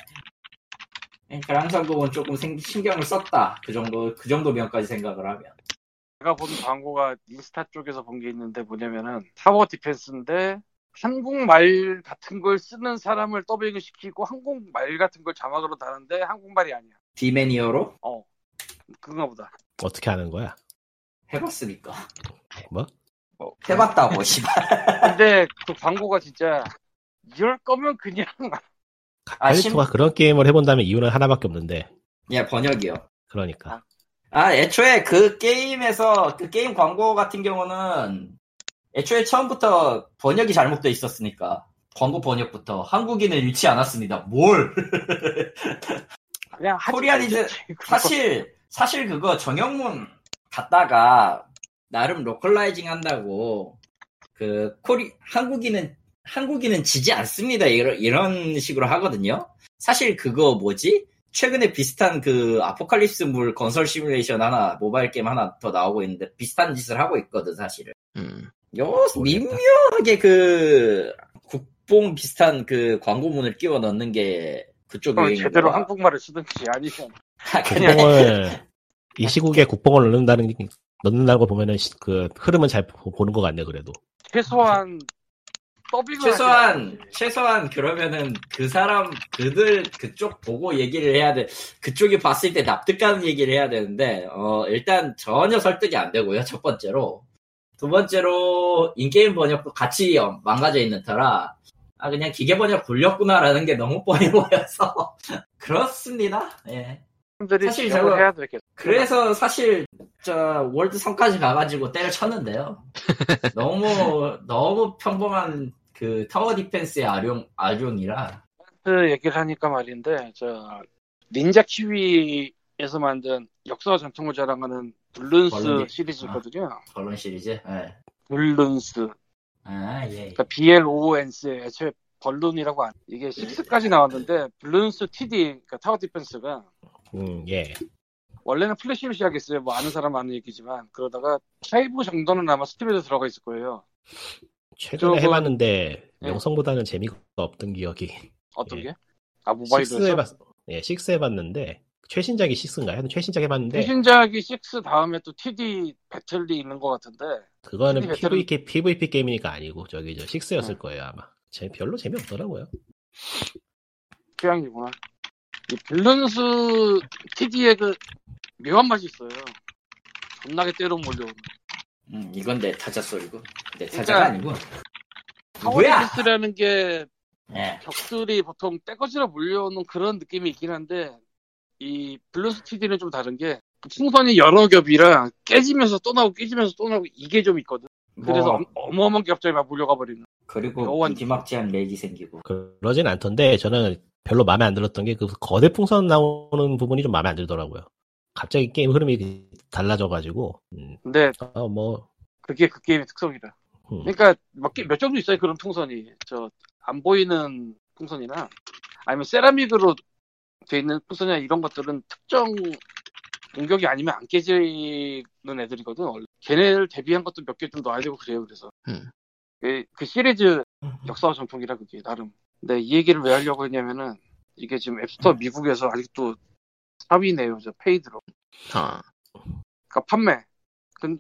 Speaker 2: 그랑상국은 조금 생- 신경을 썼다. 그 정도 그 정도 면까지 생각을 하면.
Speaker 3: 제가 본 광고가 인스타 쪽에서 본 게 있는데 뭐냐면은 타워 디펜스인데 한국말 같은 걸 쓰는 사람을 더빙을 시키고 한국말 같은 걸 자막으로 다는데 한국말이 아니야.
Speaker 2: 디메니어로
Speaker 3: 어, 그건가 보다.
Speaker 4: 어떻게 하는 거야?
Speaker 2: 해봤으니까
Speaker 4: 뭐?
Speaker 3: 어.
Speaker 2: 해봤다고 씨발
Speaker 3: 근데 그 광고가 진짜 이럴 거면 그냥
Speaker 2: 아, 심-
Speaker 4: 카리토가 그런 게임을 해본다면 이유는 하나밖에 없는데
Speaker 2: 예 번역이요
Speaker 4: 그러니까
Speaker 2: 아 애초에 그 게임에서 그 게임 광고 같은 경우는 애초에 처음부터 번역이 잘못돼 있었으니까 광고 번역부터 한국인은 잃지 않았습니다 뭘
Speaker 3: 그냥 하지
Speaker 2: 코리안이즈
Speaker 3: 말지. 아, 그런 거.
Speaker 2: 사실 사실 그거 정영문 갔다가 나름 로컬라이징 한다고 그 코리 한국인은 한국인은 지지 않습니다 이런 이런 식으로 하거든요. 사실 그거 뭐지? 최근에 비슷한 그 아포칼립스 물 건설 시뮬레이션 하나 모바일 게임 하나 더 나오고 있는데 비슷한 짓을 하고 있거든 사실은.
Speaker 1: 음,
Speaker 2: 요
Speaker 4: 모르겠다.
Speaker 2: 미묘하게 그 국뽕 비슷한 그 광고문을 끼워 넣는 게 그쪽
Speaker 3: 그럼
Speaker 2: 유행인
Speaker 3: 제대로
Speaker 2: 거야.
Speaker 3: 한국말을 쓰든지 아니면
Speaker 2: 그냥
Speaker 4: 국뽕을 이 시국에 국뽕을 넣는다는 게- 넣는다는 거 보면은 시- 그 흐름은 잘 보- 보는 것 같네 그래도.
Speaker 3: 최소한 더빙을
Speaker 2: 최소한
Speaker 3: 하지 말지.
Speaker 2: 최소한 그러면은 그 사람 그들 그쪽 보고 얘기를 해야 돼 그쪽이 봤을 때 납득가는 얘기를 해야 되는데 어 일단 전혀 설득이 안 되고요 첫 번째로 두 번째로 인게임 번역도 같이 어, 망가져 있는 터라 아 그냥 기계 번역 굴렸구나라는 게 너무 뻔해 보여서 그렇습니다 예
Speaker 3: 사람들이
Speaker 2: 사실
Speaker 3: 지적을
Speaker 2: 저거-
Speaker 3: 해야 되겠다.
Speaker 2: 그래서 사실 저 월드 3까지 가가지고 때려쳤는데요. 너무 너무 평범한 그 타워 디펜스의 아룡 아룡이라
Speaker 3: 그 얘기를 하니까 말인데 저 닌자 키위에서 만든 역사와 전통을 자랑하는 블룬스
Speaker 2: 블룬이.
Speaker 4: 아.
Speaker 3: 시리즈 있거든요.
Speaker 2: 결론 시리즈. 예.
Speaker 3: 블룬스.
Speaker 2: 아 예.
Speaker 3: 그러니까 BLOONS의 애초에 벌룬이라고 안. 이게 6까지 나왔는데 블룬스 TD 그러니까 타워 디펜스가
Speaker 4: 음 예.
Speaker 3: 원래는 플래시로 시작했어요. 뭐 아는 사람 아는 얘기지만 그러다가 차이브 정도는 아마 스팀에도 들어가 있을 거예요.
Speaker 4: 최근에
Speaker 3: 저거-
Speaker 4: 해봤는데
Speaker 3: 네.
Speaker 4: 명성보다는 재미가 없던 기억이.
Speaker 3: 어떤
Speaker 4: 예.
Speaker 3: 게? 아 모바일에서
Speaker 4: 식스 해봤. 예, 식스 해봤는데 최신작이 6인가요? 하여튼 최신작 해봤는데
Speaker 3: 최신작이 6 다음에 또 TD 배틀이 있는 것 같은데
Speaker 4: 그거는
Speaker 3: 최신 배틀은-
Speaker 4: PVP, PVP 게임이니까 아니고 저기 저
Speaker 3: 네.
Speaker 4: 6였을 거예요 아마. 제 별로 재미없더라고요.
Speaker 3: 취향이구나. 이 밸런스 TD의 그 묘한 맛이 있어요. 존나게 때로 몰려오는.
Speaker 2: 음, 이건 내 타자 소리고. 내 타자가 아니고.
Speaker 3: 파워레
Speaker 2: 누구야?
Speaker 3: 피스라는 게
Speaker 2: 예.
Speaker 3: 격들이 보통 떼거지로 몰려오는 그런 느낌이 있긴 한데 이 블루스 TD는 좀 다른 게 풍선이 여러 겹이라 깨지면서 또 나오고 깨지면서 또 나오고 이게 좀 있거든. 그래서 어,
Speaker 2: 뭐,
Speaker 3: 어마- 어마어마한 겹장이 막 몰려가 버리는.
Speaker 2: 그리고
Speaker 3: 요원.
Speaker 2: 무지막지한 렉이 생기고.
Speaker 4: 그러진 않던데 저는 별로 마음에 안 들었던 게 그 거대 풍선 나오는 부분이 좀 마음에 안 들더라고요. 갑자기 게임 흐름이 그 달라져가지고 음,
Speaker 3: 근데
Speaker 4: 어, 뭐
Speaker 3: 그게 그 게임의 특성이다.
Speaker 4: 음,
Speaker 3: 그러니까 몇, 개- 몇 정도 있어요 그런 풍선이. 저 안 보이는 풍선이나 아니면 세라믹으로 돼 있는 풍선이나 이런 것들은 특정 공격이 아니면 안 깨지는 애들이거든 원래. 걔네를 대비한 것도 몇 개 좀 넣어야 되고 그래요 그래서.
Speaker 1: 음.
Speaker 3: 그, 그 시리즈 역사와 전통이라 그게 나름. 근데 이 얘기를 왜 하려고 했냐면은 이게 지금 앱스토어 미국에서 아직도 3위네요 저 페이드로.
Speaker 1: 어.
Speaker 3: 그러니까 판매. 근-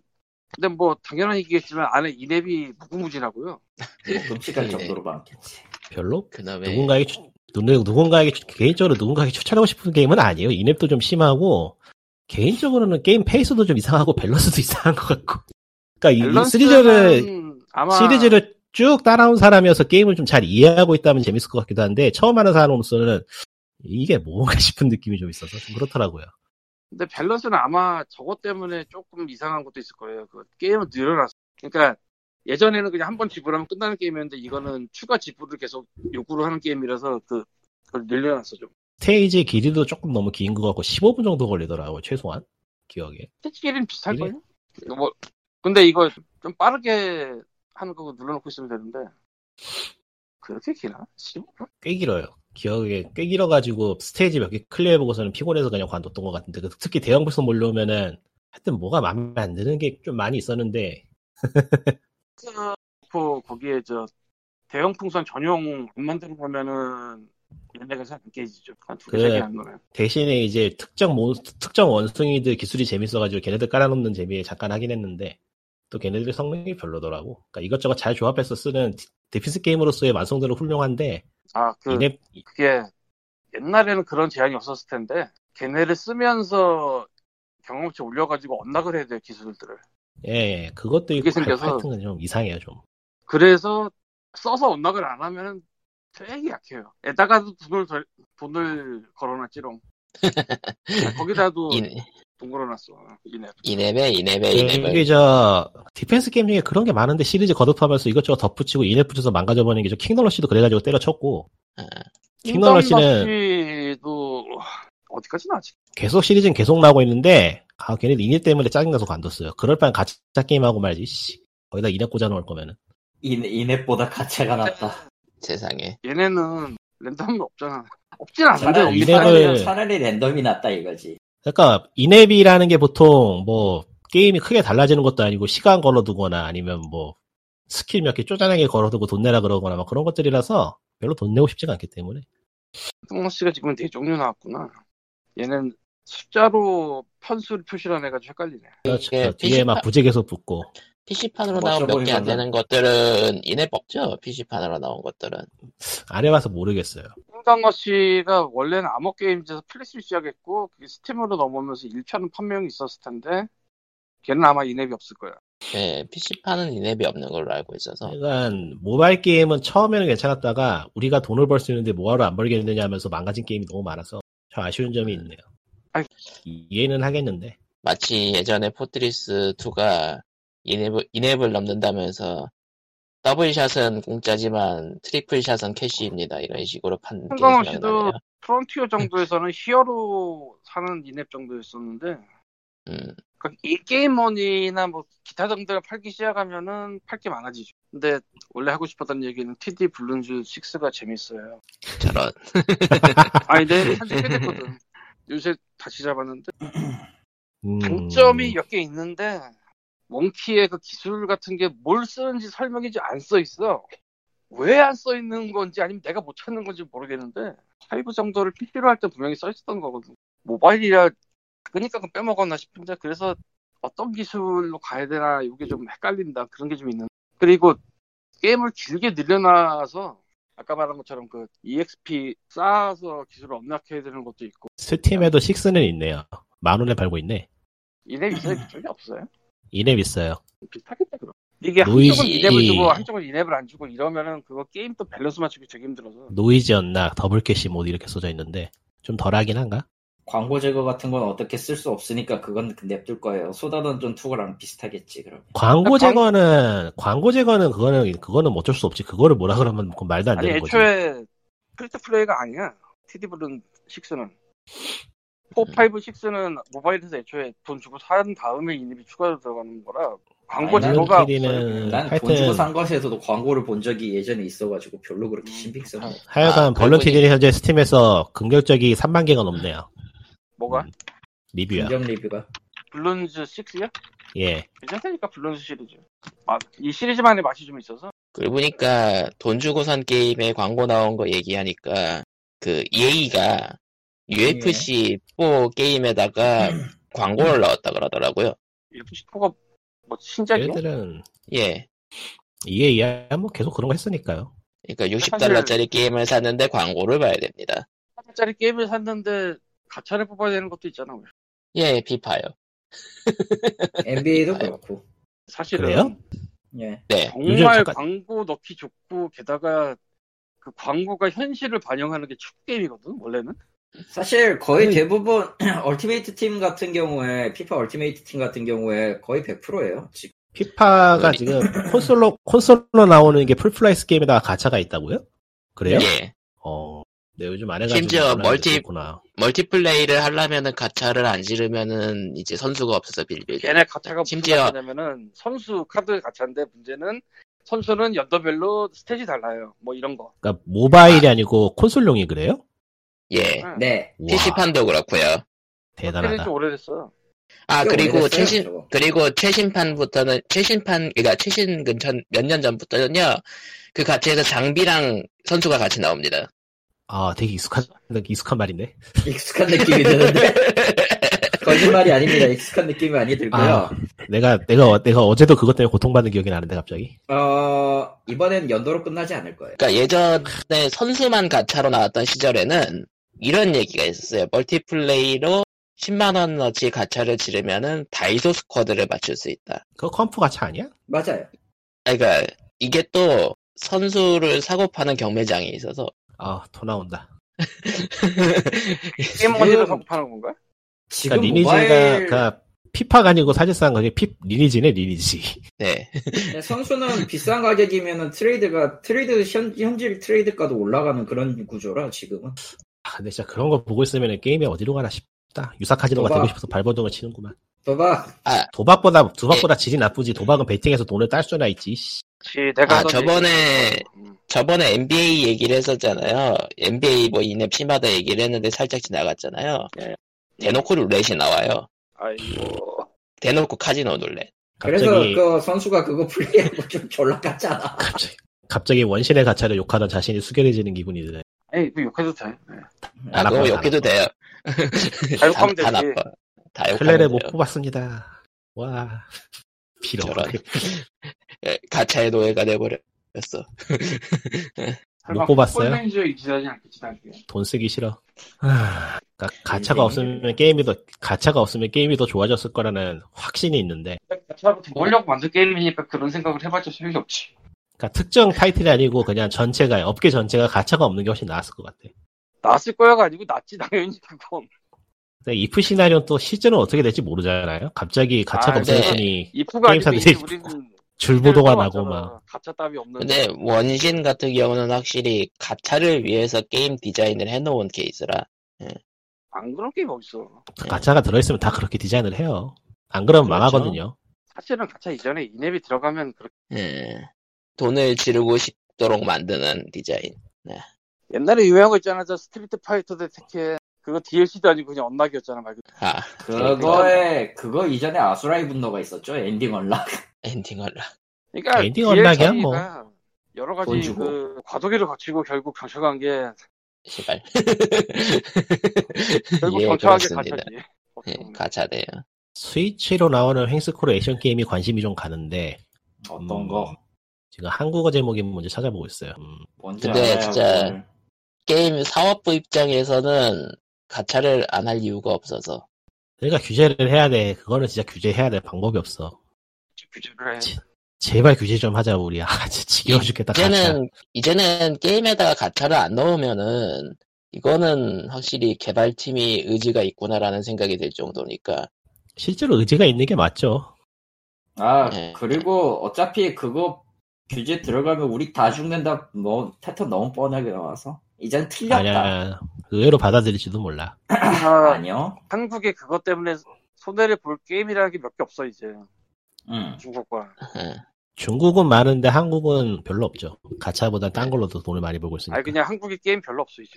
Speaker 3: 근데 뭐 당연한 얘기겠지만 안에 인앱이 무궁무진하고요.
Speaker 2: 뭐 끔찍할
Speaker 1: 예.
Speaker 2: 정도로 많겠지.
Speaker 4: 별로
Speaker 1: 그놈의
Speaker 4: 누군가에게 추- 누- 누군가에게 추- 개인적으로 누군가에게 추천하고 싶은 게임은 아니에요. 인앱도 좀 심하고 개인적으로는 게임 페이스도 좀 이상하고 밸런스도 이상한 것 같고. 그러니까 이- 이 시리즈를
Speaker 3: 밸런스는 아마
Speaker 4: 시리즈를 쭉 따라온 사람이어서 게임을 좀 잘 이해하고 있다면 재밌을 것 같기도 한데 처음 하는 사람으로서는 이게 뭔가 싶은 느낌이 좀 있어서 좀 그렇더라고요.
Speaker 3: 근데 밸런스는 아마 저것 때문에 조금 이상한 것도 있을 거예요. 그 게임은 늘어났어. 그러니까 예전에는 그냥 한 번 지불하면 끝나는 게임이었는데 이거는 추가 지불을 계속 요구를 하는 게임이라서 그 그걸 늘려놨어 좀.
Speaker 4: 스테이지 길이도 조금 너무 긴 것 같고 15분 정도 걸리더라고요 최소한 기억에.
Speaker 3: 스케치기는 비슷할 거예요. 뭐 근데 이거 좀 빠르게 하는 거 눌러놓고 있으면 되는데 그렇게 기나? 15분?
Speaker 4: 꽤 길어요. 기억에 꽤 길어가지고 스테이지 몇 개 클리어해보고서는 피곤해서 그냥 관뒀던 것 같은데 그 특히 대형 불선 몰려오면은 하여튼 뭐가 마음에 안 드는 게 좀 많이 있었는데
Speaker 3: 그 거기에 저 대형 풍선 전용 안 만들어 보면은 얘네가 잘 안 깨지죠. 한 두 개
Speaker 4: 그래.
Speaker 3: 세개 안 넣으면.
Speaker 4: 대신에 이제 특정 몬 특정 원숭이들 기술이 재밌어가지고 걔네들 깔아놓는 재미에 잠깐 하긴 했는데 또 걔네들 성능이 별로더라고. 그러니까 이것저것 잘 조합해서 쓰는 디- 디피스 게임으로서의 완성도는 훌륭한데
Speaker 3: 아, 그
Speaker 4: 이네
Speaker 3: 그게 옛날에는 그런 제한이 없었을 텐데 걔네를 쓰면서 경험치 올려가지고 언락을 해야 돼요 기술들을.
Speaker 4: 예 그것도
Speaker 3: 그게
Speaker 4: 있고
Speaker 3: 생겨서-
Speaker 4: 하여튼 좀 이상해요 좀.
Speaker 3: 그래서 써서 언락을 안 하면은 되게 약해요. 에다가도 돈을 덜- 돈을 걸어놨지롱. 거기다도
Speaker 1: 인,
Speaker 3: 돈 걸어놨어 이네.
Speaker 1: 이네베 이네베
Speaker 4: 이게
Speaker 1: 이네베
Speaker 4: 저 디펜스 게임 중에 그런 게 많은데 시리즈 거듭하면서 이것저것 덧붙이고 인앱 붙여서 망가져버리는 게저 킹널러시도 그래가지고 때려쳤고 킹널러시는
Speaker 3: 킹덤러시도 어디까지나 아직.
Speaker 4: 계속 시리즈는 계속 나오고 있는데 아 걔네들 인앱 때문에 짜증나서 관뒀어요 그럴 바엔 같이 짜 게임하고 말지 씨. 거기다 인앱 꽂아놓을 거면은
Speaker 2: 인, 인앱보다 가차가 낫다.
Speaker 1: 세상에
Speaker 3: 얘네는 랜덤이 없잖아. 없진 않은데
Speaker 2: 차라리,
Speaker 4: 인앱을-
Speaker 2: 차라리, 차라리 랜덤이 낫다 이거지.
Speaker 4: 그러니까 인앱이라는 게 보통 뭐 게임이 크게 달라지는 것도 아니고 시간 걸어두거나 아니면 뭐 스킬 몇 개 쪼잔하게 걸어두고 돈 내라 그러거나 막 그런 것들이라서 별로 돈 내고 싶지가 않기 때문에
Speaker 3: 킹덤러시가 지금 네 종류 나왔구나. 얘는 숫자로 편수를 표시를 안 해가지고 헷갈리네.
Speaker 4: 그렇죠. 뒤에
Speaker 1: PC
Speaker 4: 막 부재 계속 붙고
Speaker 1: PC판으로
Speaker 2: 멋져
Speaker 1: 나온 몇 개 안
Speaker 2: 보이거든.
Speaker 1: 되는 것들은 이네 뽑죠 PC판으로 나온 것들은
Speaker 4: 안 해봐서 모르겠어요
Speaker 3: 킹덤러 씨가 원래는 암호 게임즈에서 플래시를 시작했고 그게 스팀으로 넘어오면서 1차는 판명이 있었을 텐데 걔는 아마 인앱이 없을 거야.
Speaker 1: 네 PC판은 이네베 없는 걸로 알고
Speaker 4: 네.
Speaker 1: 있어서
Speaker 4: 약간 모바일 게임은 처음에는 괜찮았다가 우리가 돈을 벌 수 있는데 뭐하러 안 벌겠느냐 하면서 망가진 게임이 너무 많아서 참 아쉬운 점이
Speaker 3: 음.
Speaker 4: 있네요.
Speaker 3: 아이.
Speaker 4: 이해는 하겠는데
Speaker 1: 마치 예전에 포트리스 2가 이네블 이네블 넘는다면서 더블샷은 공짜지만 트리플샷은 캐시입니다 이런 식으로 판 게
Speaker 3: 상관없이도-
Speaker 1: 생각나네요.
Speaker 3: 프론티어 정도에서는 히어로 사는 인앱 정도였었는데
Speaker 1: 음,
Speaker 3: 그러니까 이 게임머니나 뭐 기타 등등을 팔기 시작하면은 팔 게 많아지죠. 근데 원래 하고 싶었던 얘기는 TD 블룬즈 6가 재밌어요.
Speaker 1: 저런
Speaker 3: 아니, 내 산지 꽤 됐거든. 요새 다시 잡았는데
Speaker 4: 음,
Speaker 3: 단점이 몇 개 있는데 몽키의 그 기술 같은 게 뭘 쓰는지 설명이지 안 써 있어. 왜 안 써 있는 건지 아니면 내가 못 찾는 건지 모르겠는데 하이브 정도를 PC로 할 때 분명히 써 있었던 거거든. 모바일이라 그러니까 그 빼먹었나 싶은데 그래서 어떤 기술로 가야 되나 이게 좀 헷갈린다 그런 게 좀 있는. 그리고 게임을 길게 늘려놔서 아까 말한 것처럼 그 EXP 쌓아서 기술을 업락해야 되는 것도 있고
Speaker 4: 스팀에도 6는 있네요. 만 원에 팔고 있네.
Speaker 3: 이랩 이랩 기술이 없어요.
Speaker 4: 이네 있어요.
Speaker 3: 비슷하겠다 그럼. 이게
Speaker 4: 노이즈.
Speaker 3: 한쪽은 이랩을 주고 한쪽은 이랩을 안 주고 이러면은 그거 게임 또 밸런스 맞추기 되게 힘들어서.
Speaker 4: 네, 노이즈였나 더블캐시 모드 이렇게 써져 있는데 좀 덜하긴 한가?
Speaker 2: 광고 제거 같은 건 어떻게 쓸 수 없으니까 그건 냅둘 거예요. 쏟아던전 투구랑 비슷하겠지 그럼.
Speaker 4: 광고
Speaker 3: 아, 광-
Speaker 4: 제거는 광고 제거는 그거는 그거는 어쩔 수 없지. 그거를 뭐라 그러면 그건 말도 안
Speaker 3: 아니
Speaker 4: 되는 거지.
Speaker 3: 애초에 프리트 플레이가 아니야. TD블은 6는 4, 5, 6는 모바일에서 애초에 돈 주고 산 다음에 이름이 추가로 들어가는 거라 광고
Speaker 2: 아니,
Speaker 3: 제도가
Speaker 4: 필리는-
Speaker 3: 없어요.
Speaker 2: 난 돈
Speaker 4: 네, 하여튼-
Speaker 2: 주고 산 것에서도 광고를 본 적이 예전에 있어가지고 별로 그렇게
Speaker 3: 음,
Speaker 2: 신빙성. 이
Speaker 4: 하여간
Speaker 1: 아,
Speaker 4: 벌룬티들이 현재 스팀에서 긍정적이 3만 개가 넘네요.
Speaker 3: 뭐가?
Speaker 4: 리뷰야.
Speaker 2: 긍정 리뷰가.
Speaker 3: 블론즈 6야?
Speaker 4: 예.
Speaker 3: 괜찮다니까 블론즈 시리즈. 아, 이 시리즈만의 맛이 좀 있어서
Speaker 1: 그러고 보니까 돈 주고 산 게임에 광고 나온 거 얘기하니까 그 EA가 UFC4 게임에다가 광고를 넣었다 그러더라고요.
Speaker 3: UFC4가 뭐 신작이야?
Speaker 4: 얘들은
Speaker 1: 예.
Speaker 4: 이게 이야 뭐 계속 그런 거 했으니까요.
Speaker 1: 그러니까
Speaker 3: 사실-
Speaker 1: 60달러짜리 게임을 샀는데 광고를 봐야 됩니다.
Speaker 3: 4짜리 게임을 샀는데 가차를 뽑아야 되는 것도 있잖아. 왜.
Speaker 1: 예, 비파요. 아, 예.
Speaker 2: NBA도 그렇고.
Speaker 3: 사실은
Speaker 4: 그래요?
Speaker 2: 예.
Speaker 1: 네.
Speaker 3: 정말
Speaker 4: 요즘 잠깐-
Speaker 3: 광고 넣기 좋고 게다가 그 광고가 현실을 반영하는 게 축구 게임이거든 원래는.
Speaker 2: 사실 거의
Speaker 4: 아니-
Speaker 2: 대부분 얼티메이트 팀 같은 경우에 피파 얼티메이트 팀 같은 경우에 거의 100%예요. 지금
Speaker 4: 피파가
Speaker 1: 네.
Speaker 4: 지금 콘솔로 콘솔로 나오는 게 풀플라이스 게임에다가 가차가 있다고요? 그래요?
Speaker 3: 네.
Speaker 1: 예.
Speaker 4: 어. 네, 요즘 안 해가지고
Speaker 1: 심지어
Speaker 4: 몰랐는데
Speaker 1: 멀티-
Speaker 4: 그렇구나.
Speaker 1: 멀티플레이를 하려면은 가차를 안 지르면은 이제 선수가 없어서 빌빌.
Speaker 3: 걔네 가차가 무슨
Speaker 1: 심지어-
Speaker 3: 가차냐면은 선수 카드 가차인데 문제는 선수는 연도별로 스탯이 달라요. 뭐 이런 거.
Speaker 4: 그러니까 모바일이 아니고 콘솔용이 그래요?
Speaker 1: 예.
Speaker 3: 응.
Speaker 2: 네.
Speaker 4: 와,
Speaker 1: PC판도 그렇고요.
Speaker 3: 때린 지
Speaker 4: 대단하다.
Speaker 3: 오래됐어.
Speaker 1: 아,
Speaker 2: 꽤
Speaker 1: 그리고
Speaker 2: 오래됐어요,
Speaker 1: 최신
Speaker 2: 저거.
Speaker 1: 그리고 최신판부터는 최신판 그러니까 최신 근처 몇 년 전부터는요. 그 가치에서 장비랑 선수가 같이 나옵니다.
Speaker 4: 아, 되게 익숙한 익숙한 말인데.
Speaker 2: 익숙한 느낌이 드는데 거짓말이 아닙니다. 익숙한 느낌이 많이 들고요.
Speaker 4: 내가 내가 어- 내가 어제도 그것 때문에 고통받는 기억이 나는데 갑자기.
Speaker 2: 어 이번엔 연도로 끝나지 않을 거예요.
Speaker 1: 아. 그러니까 예전에 선수만 가차로 나왔던 시절에는 이런 얘기가 있었어요. 멀티플레이로 10만 원어치 가차를 지르면은 다이소 스쿼드를 맞출 수 있다.
Speaker 4: 그거 컴프 가차 아니야?
Speaker 2: 맞아요.
Speaker 1: 아, 그러니까 이게 또 선수를 사고 파는 경매장이 있어서
Speaker 4: 아, 토 나온다.
Speaker 3: 게임 원리로 사고 파는 건가?
Speaker 2: 지금
Speaker 4: 그러니까 리니지가
Speaker 2: 모바일
Speaker 4: 그러니까 피파가 아니고 사실상 그게 피 리니지네 리니지.
Speaker 1: 네.
Speaker 2: 네, 선수는 비싼 가격이면은 트레이드가 트레이드 현, 현질 트레이드가도 올라가는 그런 구조라 지금은
Speaker 4: 아, 근데 진짜 그런 거 보고 있으면 게임이 어디로 가나 싶다. 유사 카지노가
Speaker 2: 도박.
Speaker 4: 되고 싶어서 발버둥을 치는구만.
Speaker 2: 봐봐
Speaker 4: 도박보다 도박보다 질이 나쁘지. 도박은 베팅해서 돈을 딸 수나 있지. 씨.
Speaker 3: 지 내가
Speaker 1: 아,
Speaker 3: 하던
Speaker 1: 저번에-
Speaker 3: 얘기. 음.
Speaker 1: 저번에 NBA 얘기를 했었잖아요. NBA 뭐 이앱 심하다 얘기를 했는데 살짝 지나갔잖아요.
Speaker 3: 네.
Speaker 1: 대놓고 룰렛이 나와요.
Speaker 3: 아이고.
Speaker 1: 대놓고 카지노 룰렛.
Speaker 4: 갑자기
Speaker 2: 그래서 그 선수가 그거 플레이하고 좀 졸라갔잖아
Speaker 4: 갑자기 갑자기 원신의 가차를 욕하던 자신이 숙연해지는 기분이 드네.
Speaker 3: 아니 이거 욕해도 돼. 네.
Speaker 1: 아, 그거 욕해도 돼요.
Speaker 3: 자유하면
Speaker 1: 다, 다
Speaker 3: 되지.
Speaker 1: 나빠. 다 욕하면
Speaker 4: 클레를 못
Speaker 1: 돼요.
Speaker 4: 뽑았습니다. 와. 빌어.
Speaker 1: 저런. 예, 아, 가차의 노예가 돼버렸어.
Speaker 3: 설마
Speaker 4: 뽑았어요?
Speaker 3: 폴레인저 이기자지 않겠지 나중에.
Speaker 4: 돈 쓰기 싫어. 하, 그러니까 가차가
Speaker 2: 인생이-
Speaker 4: 없으면 게임이 더 가차가 없으면 게임이 더 좋아졌을 거라는 확신이 있는데,
Speaker 3: 가차로 먹으려고 만든 게임이니까 그런 생각을 해봤자 소용이 없지.
Speaker 4: 그러니까 특정 타이틀이 아니고 그냥 전체가 업계 전체가 가차가 없는 게 훨씬 나았을 것 같아.
Speaker 3: 났을 거야가 아니고 났지 당연히 그건.
Speaker 4: 근데 이프 시나리오는 또 시즌은 어떻게 될지 모르잖아요. 갑자기 가차가
Speaker 3: 아, 네.
Speaker 4: 없어졌더니
Speaker 3: 이프가 아니고
Speaker 4: 게임사들이
Speaker 3: 이제 우리는
Speaker 4: 줄보도가 나고
Speaker 3: 왔잖아.
Speaker 4: 막
Speaker 3: 가차 답이 없는.
Speaker 1: 근데 원신 같은 경우는 확실히 가차를 위해서 게임 디자인을 해놓은 케이스라.
Speaker 3: 안 그런 게임 어딨어.
Speaker 4: 가차가 들어있으면 다 그렇게 디자인을 해요. 안 그러면
Speaker 1: 그렇죠.
Speaker 4: 망하거든요.
Speaker 3: 사실은 가차 이전에 인앱이 들어가면 그렇게
Speaker 1: 예. 돈을 지르고 싶도록 만드는 디자인.
Speaker 3: 옛날에 유명한 거 있잖아. 저 스트리트 파이터 대테켄 그거 DLC도 아니고 그냥 언락이었잖아 말 그대로.
Speaker 1: 아,
Speaker 2: 그거에 그거 이전에 아수라이 분노가 있었죠 엔딩 언락
Speaker 1: 엔딩 얼라.
Speaker 3: 그러니까
Speaker 4: 아, 엔딩
Speaker 3: DLC 가
Speaker 4: 언락이야, 뭐.
Speaker 3: 여러
Speaker 2: 돈
Speaker 3: 가지
Speaker 2: 주고.
Speaker 1: 예,
Speaker 3: 그 과도기를 거치고 결국 경청한 게
Speaker 1: 시발.
Speaker 3: 결국
Speaker 1: 예,
Speaker 3: 경찰하게
Speaker 1: 그렇습니다.
Speaker 3: 가차지.
Speaker 1: 예, 가차대요.
Speaker 4: 스위치로 나오는 횡스코로 액션 게임이 관심이 좀 가는데
Speaker 2: 어떤
Speaker 4: 음,
Speaker 2: 거
Speaker 4: 지금 한국어 제목이 뭔지 찾아보고 있어요. 음,
Speaker 2: 뭔지
Speaker 1: 근데
Speaker 2: 알아요,
Speaker 1: 진짜
Speaker 2: 그걸.
Speaker 1: 게임 사업부 입장에서는 가차를 안 할 이유가 없어서.
Speaker 4: 그러니까 규제를 해야 돼. 그거는 진짜 규제해야 될 방법이 없어.
Speaker 3: 규제를 해.
Speaker 4: 제발 규제 좀 하자 우리. 아 진짜 지겨워 죽겠다. 가짜.
Speaker 1: 이제는, 이제는 게임에다가 가차를 안 넣으면은, 이거는 확실히 개발팀이 의지가 있구나라는 생각이 들 정도니까.
Speaker 4: 실제로 의지가 있는 게 맞죠.
Speaker 2: 아
Speaker 4: 네.
Speaker 1: 예.
Speaker 2: 그리고 어차피 그거 규제 들어가면 우리 다 죽는다 뭐 패턴 너무 뻔하게 나와서 이젠 틀렸다
Speaker 4: 아니야 의외로 받아들일지도 몰라.
Speaker 3: 아,
Speaker 2: 아니요
Speaker 3: 한국에 그것 때문에 손해를 볼 게임이라는 게 몇 개 없어 이제
Speaker 2: 음.
Speaker 3: 중국과.
Speaker 1: 예.
Speaker 4: 중국은 많은데 한국은 별로 없죠. 가차보다 딴 걸로도 돈을 많이 벌고
Speaker 1: 그러니까.
Speaker 4: 있으니까.
Speaker 3: 아니 그냥 한국에 게임 별로 없어 이제.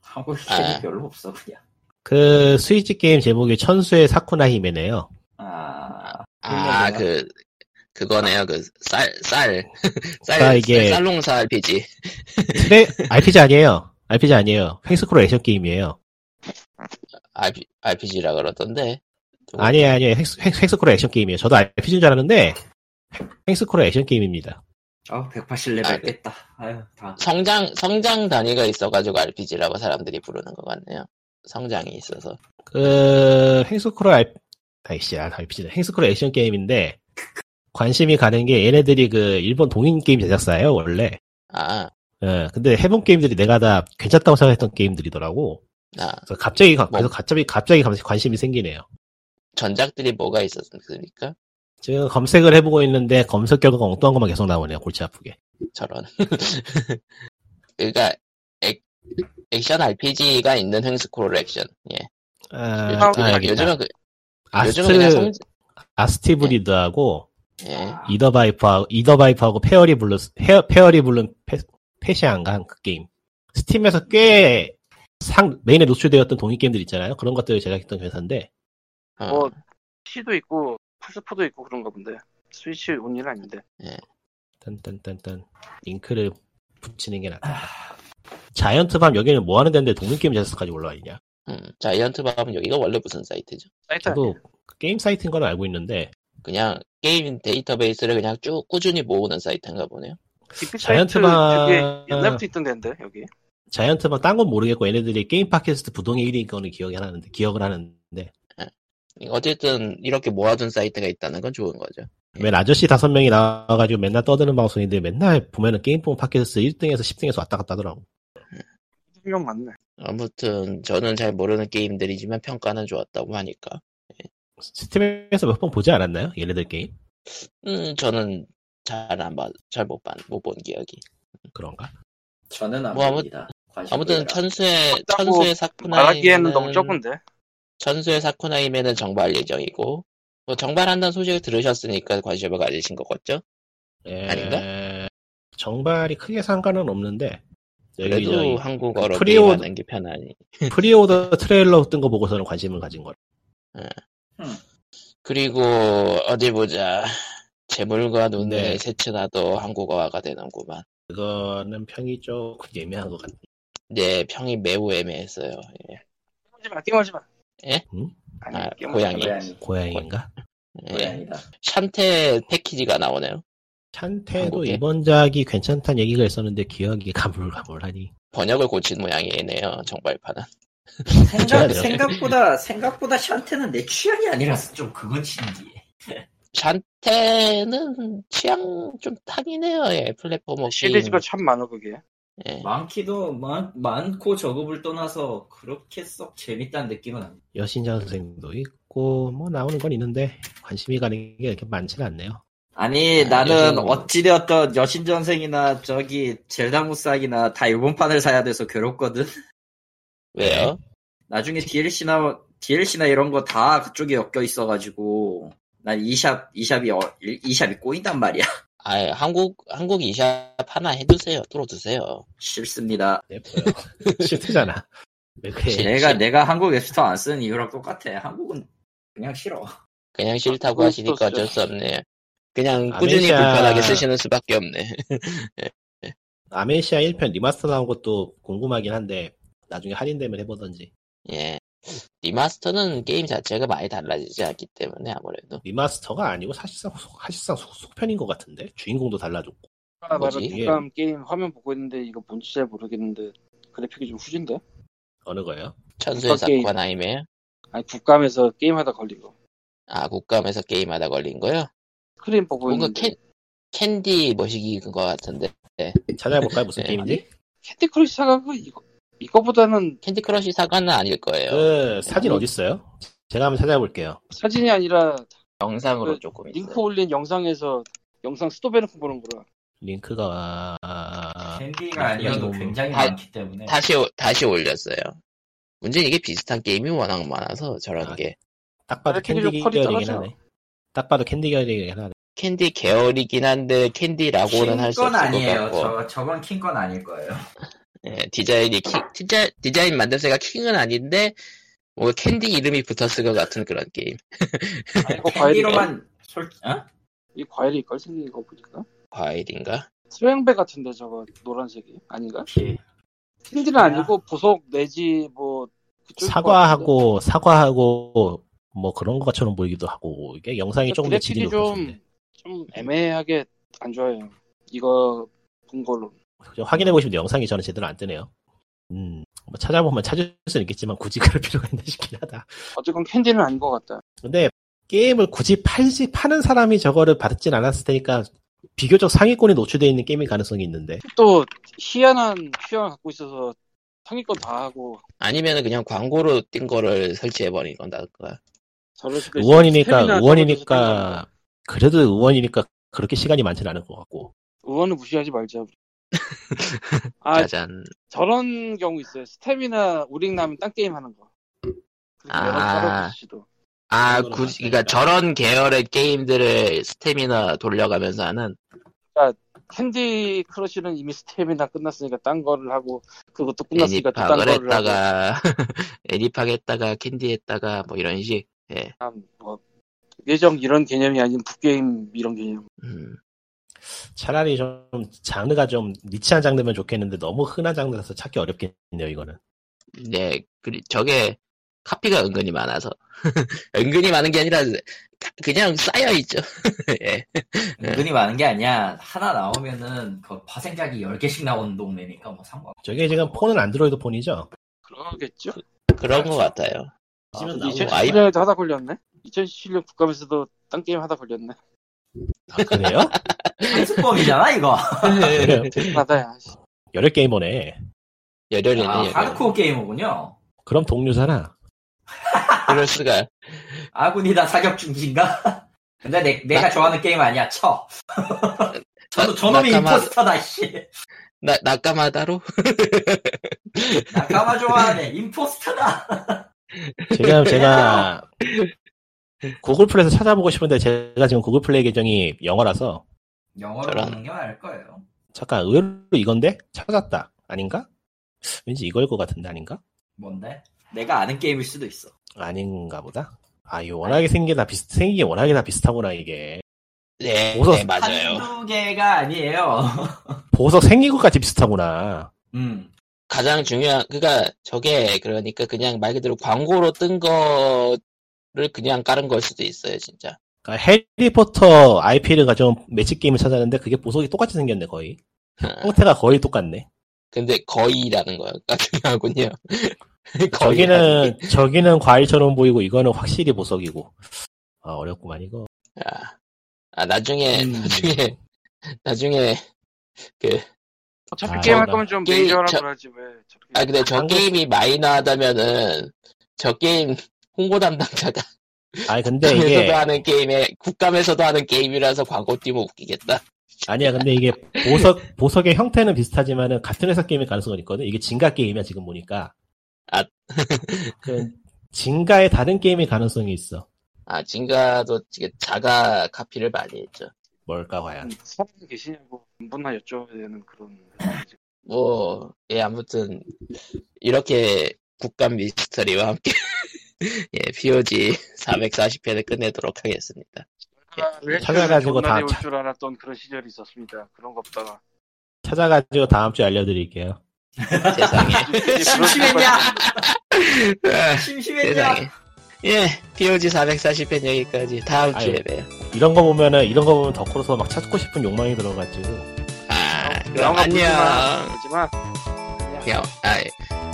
Speaker 2: 한국 시장이
Speaker 1: 아.
Speaker 2: 별로 없어 그냥
Speaker 4: 그 스위치 게임 제목이 천수의 사쿠나 히메네요.
Speaker 2: 아
Speaker 1: 아,
Speaker 2: 그러네요.
Speaker 1: 그, 그거네요. 그, 쌀, 쌀. 쌀,
Speaker 4: 그러니까 이게-
Speaker 1: 쌀롱사 RPG.
Speaker 4: 트레 RPG 아니에요. RPG 아니에요. 횡스크롤 액션 게임이에요.
Speaker 1: RPG라 그러던데.
Speaker 4: 아니에요, 아니에요. 횡스- 횡- 횡스크롤 액션 게임이에요. 저도 RPG인 줄 알았는데 횡스크롤 액션 게임입니다.
Speaker 2: 아, 180레벨
Speaker 1: 아, 그-
Speaker 2: 깼다 아유 다
Speaker 1: 성장, 성장 단위가 있어가지고 RPG라고 사람들이 부르는 것 같네요. 성장이 있어서.
Speaker 4: 그 횡스크롤 R... 아이씨, 아, RPG다. 횡스크롤 액션 게임인데 관심이 가는 게 얘네들이 그 일본 동인 게임 제작사예요, 원래.
Speaker 1: 아,
Speaker 4: 예, 근데 해본 게임들이 내가 다 괜찮다고 생각했던 게임들이더라고.
Speaker 1: 아,
Speaker 4: 그래서 갑자기 가-
Speaker 1: 뭐.
Speaker 4: 그래서 갑자기 갑자기 감- 관심이 생기네요.
Speaker 1: 전작들이 뭐가 있었습니까?
Speaker 4: 지금 검색을 해보고 있는데 검색 결과가 엉뚱한 것만 계속 나오네요. 골치 아프게.
Speaker 1: 저런. 그러니까, 액, 액션 RPG가 있는 횡스크롤 액션. 예.
Speaker 4: 아,
Speaker 1: 요즘-
Speaker 3: 아,
Speaker 4: 알겠다.
Speaker 1: 요즘은, 그, 요즘은 그냥
Speaker 4: 아스트
Speaker 1: 성,
Speaker 4: 아스티브리드하고
Speaker 1: 예.
Speaker 4: 이더바이프하고 이더바이프하고 페어리 블루 헤어, 페어리 블루 페, 페시안가 한 그 게임. 스팀에서 꽤 상, 메인에 노출되었던 동인 게임들 있잖아요. 그런 것들을 제작했던 회사인데
Speaker 1: 어,
Speaker 3: 뭐 C도 있고 플스4도 있고 그런가 본데. 스위치 온 일은 아닌데.
Speaker 4: 딴딴딴딴 링크를 붙이는 게 낫다. 자이언트밤 여기는 뭐 하는 데인데 동인 게임 제작사까지 올라와 있냐?
Speaker 1: 음, 자이언트 밤은 여기가 원래 무슨 사이트죠?
Speaker 3: 사이트
Speaker 4: 저도 그 게임 사이트인 건 알고 있는데
Speaker 1: 그냥 게임 데이터베이스를 그냥 쭉 꾸준히 모으는 사이트인가 보네요.
Speaker 3: 디피 사이트
Speaker 4: 자이언트밤-
Speaker 3: 되게 옛날부터 있던 데인데 여기.
Speaker 4: 자이언트만 딴 건 모르겠고 얘네들이 게임 팟캐스트 부동의 1위인 거는 기억이 하는데 기억을 하는데
Speaker 1: 어쨌든 이렇게 모아둔 사이트가 있다는 건 좋은 거죠.
Speaker 4: 맨 아저씨 다섯 명이 나와가지고 맨날 떠드는 방송인데 맨날 보면은 게임폰 팟캐스트 1등에서 10등에서 왔다 갔다 하더라고
Speaker 3: 분명 맞네.
Speaker 1: 아무튼 저는 잘 모르는 게임들이지만 평가는 좋았다고 하니까.
Speaker 4: 스팀에서 몇 번 보지 않았나요? 얘네들 게임?
Speaker 1: 음, 저는 잘 안 봐, 잘못 봐, 못본 기억이.
Speaker 4: 그런가?
Speaker 2: 저는 안
Speaker 1: 뭐 아무-
Speaker 2: 봅니다 관심
Speaker 1: 아무튼
Speaker 2: 없더라.
Speaker 1: 천수의
Speaker 3: 맞다고
Speaker 1: 천수의 사쿠나이
Speaker 3: 네, 말하기에는 너무 적은데.
Speaker 1: 천수의 사쿠나이면은 정발 예정이고 뭐 정발한다는 소식을 들으셨으니까 관심을 가지신 것 같죠?
Speaker 4: 에, 정발이 크게 상관은 없는데 여기
Speaker 1: 그래도
Speaker 4: 저기
Speaker 1: 한국어로
Speaker 4: 프리오-
Speaker 1: 게임하는 게 편하니.
Speaker 4: 프리오더 트레일러 뜬 거 보고서는 관심을 가진 거라
Speaker 1: 그리고 어디 보자. 재물과 눈에
Speaker 4: 네.
Speaker 1: 새치나도 한국어화가 되는구만.
Speaker 4: 그거는 평이 조금 예민한 것 같아요
Speaker 1: 네, 평이 매우 애매했어요. 예.
Speaker 3: 게임하지 마, 게임하지 마.
Speaker 1: 예?
Speaker 4: 응?
Speaker 3: 아니,
Speaker 1: 아,
Speaker 3: 게임하지
Speaker 1: 고양이.
Speaker 3: 마.
Speaker 2: 고양이
Speaker 4: 고양이인가?
Speaker 1: 예.
Speaker 2: 고양이다
Speaker 1: 샨테 패키지가 나오네요.
Speaker 4: 찬테도
Speaker 1: 한국에?
Speaker 4: 이번 작이 괜찮다는 얘기가 있었는데 기억이 가물가물하니
Speaker 1: 번역을 고친 모양이네요. 정발판은.
Speaker 2: 생각,
Speaker 4: 돼요.
Speaker 2: 생각보다 생각보다 샨테는 내 취향이 아니라서 좀 그건 신기해.
Speaker 1: 샨테는 취향 좀 타기네요. 예, 플랫폼
Speaker 3: 시리즈가 참 많아 그게.
Speaker 1: 예.
Speaker 2: 많기도 많 많고 적음을 떠나서 그렇게 썩 재밌다는 느낌은 안.
Speaker 4: 여신자 선생도 있고 뭐 나오는 건 있는데 관심이 가는 게 이렇게 많지는 않네요.
Speaker 2: 아니
Speaker 1: 아,
Speaker 2: 나는
Speaker 1: 요즘-
Speaker 2: 어찌되었던 여신전생이나 저기 젤다무쌍이나 다 일본판을 사야 돼서 괴롭거든.
Speaker 1: 왜요?
Speaker 2: 나중에 DLC나 DLC나 이런 거 다 그쪽에 엮여 있어가지고 난 이샵 이샵이 어, 일- 이샵이 꼬인단 말이야.
Speaker 1: 아, 한국 한국 이샵 하나 해주세요. 들어주세요.
Speaker 2: 싫습니다.
Speaker 4: 예뻐요. 싫대잖아. 왜 그래?
Speaker 1: 싫-
Speaker 2: 내가
Speaker 1: 시-
Speaker 2: 내가 한국 앱스토어 안 쓰는 이유랑 똑같아. 한국은 그냥 싫어.
Speaker 1: 그냥 싫다고
Speaker 3: 아,
Speaker 1: 하시니까 어쩔 수 없네. 그냥 꾸준히
Speaker 4: 아메리카-
Speaker 1: 불편하게 쓰시는 수밖에 없네.
Speaker 4: 아메시아 1편 리마스터 나온 것도 궁금하긴 한데 나중에 할인되면 해보던지
Speaker 1: 예. 리마스터는 게임 자체가 많이 달라지지 않기 때문에 아무래도
Speaker 4: 리마스터가 아니고 사실상 속- 사실상 속- 속편인 것 같은데 주인공도 달라졌고
Speaker 3: 하나 나는
Speaker 1: 뭐지?
Speaker 3: 독감 아, 게임 화면 보고 있는데 이거 뭔지 잘 모르겠는데 그래픽이 좀 후진데?
Speaker 4: 어느 거예요?
Speaker 1: 천수의
Speaker 3: 국가 게임.
Speaker 1: 사건 아니에요?
Speaker 3: 아니 국감에서 게임하다 걸린 거.
Speaker 1: 아 국감에서 게임하다 걸린 거요?
Speaker 3: 스크린 보고
Speaker 1: 뭔가
Speaker 3: 있는데
Speaker 1: 캔 캔디 머시기인 것 같은데
Speaker 4: 찾아볼까요 무슨
Speaker 1: 네,
Speaker 4: 게임인지?
Speaker 3: 캔디 크러쉬 사가고 이거 이거보다는
Speaker 1: 캔디 크러쉬 사과는 아닐 거예요.
Speaker 3: 네.
Speaker 4: 그 사진
Speaker 3: 아니.
Speaker 4: 어디 있어요? 제가 한번 찾아볼게요.
Speaker 3: 사진이 아니라
Speaker 1: 영상으로
Speaker 3: 그
Speaker 1: 조금 있어요.
Speaker 3: 링크 올린 영상에서 영상 스톱해놓고 보는 거라.
Speaker 4: 링크가 아,
Speaker 5: 캔디가 아니어도 굉장히
Speaker 1: 다-
Speaker 5: 많기
Speaker 3: 네.
Speaker 5: 때문에
Speaker 1: 다시 오- 다시 올렸어요. 문제는 이게 비슷한 게임이 워낙 많아서 저런
Speaker 4: 아.
Speaker 1: 게
Speaker 4: 딱 봐도
Speaker 3: 그래픽이
Speaker 4: 캔디
Speaker 3: 네, 좀 퀄이
Speaker 4: 계열이긴
Speaker 3: 떨어져.
Speaker 4: 하네. 딱 봐도 캔디 계열이긴 하네.
Speaker 1: 캔디 계열이긴 한데 캔디라고는 할 수
Speaker 5: 킹건
Speaker 1: 없을 것
Speaker 5: 아니에요.
Speaker 1: 같고
Speaker 5: 저 저건 킹건 아닐 거예요.
Speaker 1: 예, 디자인이 킹, 디자, 디자인 만듦새가 킹은 아닌데 뭔가 캔디 이름이 붙었을 것 같은 그런 게임.
Speaker 3: 이거 과일이
Speaker 5: 캔디로만 솔 어?
Speaker 3: 이 과일이 걸 생긴 거 보니까
Speaker 1: 과일인가?
Speaker 3: 스웨ং배 같은데 저거 노란색이 아닌가?
Speaker 5: 오케이.
Speaker 3: 캔디는 아니고 보석 내지 뭐 그쪽인 것
Speaker 4: 사과하고 사과하고 뭐 그런 것처럼 보이기도 하고 이게 영상이
Speaker 3: 같은데.
Speaker 4: 조금 더 질이
Speaker 3: 그래픽이
Speaker 4: 높아졌는데
Speaker 3: 좀, 좀 애매하게 안 좋아요. 이거 본 걸로.
Speaker 4: 확인해 보시면 영상이 저는 제대로 안 뜨네요. 음, 뭐 찾아보면 찾을 수는 있겠지만 굳이 그럴 필요가 있나 싶긴 하다.
Speaker 3: 어쨌건 캔디는 아닌 것 같다.
Speaker 4: 근데 게임을 굳이 팔지 파는 사람이 저거를 받진 않았을 테니까 비교적 상위권에 노출되어 있는 게임일 가능성이 있는데
Speaker 3: 또 희한한 취향을 갖고 있어서 상위권 다 하고
Speaker 1: 아니면 은 그냥 광고로 띈 거를 설치해 버린 건다든가.
Speaker 3: 저럴 수도 있어요. 그러니까 스텝이나
Speaker 4: 의원이니까
Speaker 3: 저런 데서
Speaker 4: 의원이니까 그래도 의원이니까 그렇게 시간이 많지는 않을 것 같고
Speaker 3: 의원은 무시하지 말자. 우리. 아
Speaker 1: 짜잔.
Speaker 3: 저런 경우 있어요. 스텝이나 우링 나면 딴 게임 하는 거. 그렇게
Speaker 1: 아.
Speaker 3: 여러 사람 시도.
Speaker 1: 아,
Speaker 4: 광고로
Speaker 1: 굳이
Speaker 4: 만드니까.
Speaker 1: 그러니까 저런 계열의 게임들을 스태미나 돌려가면서 하는
Speaker 3: 캔디 크러쉬는 이미 스텝이나 끝났으니까 딴 거를 하고 그것도 끝났으니까 또 딴
Speaker 1: 애니팍을
Speaker 3: 거를 하고.
Speaker 1: 했다가 애니팍 했다가 캔디 했다가 뭐 이런 식. 예.
Speaker 3: 참, 뭐 예정 이런 개념이 아닌 북게임 이런 개념.
Speaker 1: 음.
Speaker 4: 차라리 좀 장르가 좀 니치한 장르면 좋겠는데 너무 흔한 장르라서 찾기 어렵겠네요 이거는
Speaker 1: 네. 그 저게 카피가 은근히 많아서 은근히 많은 게 아니라 그냥 쌓여 있죠. 예.
Speaker 5: 은근히 많은 게 아니야. 하나 나오면은 그 파생작이 10개씩 나오는 동네니까 뭐 상관.
Speaker 4: 저게 지금 폰은 안드로이드 폰이죠?
Speaker 3: 그러겠죠?
Speaker 1: 그런 것 같아요. 뭐
Speaker 4: 아, 지금 나오고
Speaker 1: 2017년
Speaker 3: 2017년에도 하다 걸렸네. 2017년 국감에서도 딴 게임 하다 걸렸네.
Speaker 4: 아, 그래요?
Speaker 5: 한수범이잖아 이거.
Speaker 4: 그래요?
Speaker 3: 나다야.
Speaker 4: 열혈 게이머네
Speaker 1: 열혈이네.
Speaker 5: 아,
Speaker 1: 열혈.
Speaker 5: 하드코어 게이머군요.
Speaker 4: 그럼 동료잖아
Speaker 1: 그럴 수가.
Speaker 5: 아군이다 사격 중지인가? 근데 내, 내가 좋아하는 게임 아니야. 쳐. 저, 저놈이
Speaker 1: 나까마-
Speaker 5: 임포스터다 씨.
Speaker 1: 나 나까마다로?
Speaker 5: 나 까마 좋아하네. 임포스터다.
Speaker 4: 제가 제가 구글 플레이에서 찾아보고 싶은데 제가 지금 구글 플레이 계정이 영어라서
Speaker 5: 영어로
Speaker 1: 저런.
Speaker 5: 보는 게 나을 거예요.
Speaker 4: 잠깐 의외로 이건데 찾았다 아닌가? 왠지 이걸 것 같은데 아닌가?
Speaker 5: 뭔데? 내가 아는 게임일 수도 있어.
Speaker 4: 아닌가 보다. 아, 이 워낙에 생긴 게 다 비슷 생긴 게 워낙에 다 비슷하구나 이게
Speaker 1: 네,
Speaker 4: 웃었어.
Speaker 1: 네, 맞아요.
Speaker 5: 한두 개가 아니에요.
Speaker 4: 보석 생긴 것까지 비슷하구나.
Speaker 5: 음.
Speaker 1: 가장 중요한 그러니까 저게 그러니까 그냥 말 그대로 광고로 뜬 거를 그냥 깔은 걸 수도 있어요, 진짜.
Speaker 4: 그러니까 해리포터 IP를 가져온 매치 게임을 찾았는데 그게 보석이 똑같이 생겼네 거의.
Speaker 1: 아.
Speaker 4: 형태가 거의 똑같네.
Speaker 1: 어, 근데 거의라는 거가 중요하군요. 거의라는
Speaker 4: 저기는 저기는 과일처럼 보이고 이거는 확실히 보석이고. 아 어렵구만 이거. 음.
Speaker 1: 게. 아, 아, 나중에 나중에 나중에
Speaker 3: 어차피
Speaker 4: 아,
Speaker 3: 게임 할
Speaker 4: 저거다.
Speaker 3: 거면 좀
Speaker 1: 게임
Speaker 3: 메이저라고
Speaker 1: 저-
Speaker 3: 그러지 왜 저렇게.
Speaker 1: 아 근데 저
Speaker 4: 광고-
Speaker 1: 게임이 마이너하다면은 저 게임 홍보 담당자가
Speaker 4: 아니 근데
Speaker 1: 국감에서도
Speaker 4: 이게
Speaker 1: 하는 게임에 국감에서도 하는 게임이라서 광고 띄면 웃기겠다.
Speaker 4: 아니야 근데 이게 보석 보석의 형태는 비슷하지만은 같은 회사 게임일 가능성은 있거든. 이게 진가 게임이야 지금 보니까.
Speaker 1: 아.
Speaker 4: 그 진가의 다른 게임일 가능성이 있어.
Speaker 1: 아 진가도 이게 자가 카피를 많이 했죠.
Speaker 4: 뭘까 과연.
Speaker 3: 음, 사람 계시냐고 분분나 여쭤봐야 되는 그런.
Speaker 1: 뭐, 예, 아무튼, 이렇게 국감 미스터리와 함께, 예, POG 440회를 끝내도록 하겠습니다.
Speaker 3: 아, 왜
Speaker 4: 찾아가지고
Speaker 3: 좋은 날이
Speaker 4: 다
Speaker 3: 올
Speaker 4: 찾-
Speaker 3: 줄 알았던 그런 시절이 있었습니다. 그런 거 없다가
Speaker 4: 찾아가지고 다음 주에 알려드릴게요.
Speaker 1: 세상에.
Speaker 5: 심심했냐?
Speaker 1: 아,
Speaker 5: 심심했냐?
Speaker 1: 세상에. 예, POG 440편 여기까지. 다음 주에
Speaker 4: 아유.
Speaker 1: 봬요.
Speaker 4: 이런 거 보면은 이런 거 보면 덕후로서 막 찾고 싶은 욕망이 들어가지고
Speaker 1: 아,
Speaker 3: 그런
Speaker 1: 그럼
Speaker 3: 거
Speaker 1: 안녕.
Speaker 3: 보지 마. 보지 마.
Speaker 1: 야, 아,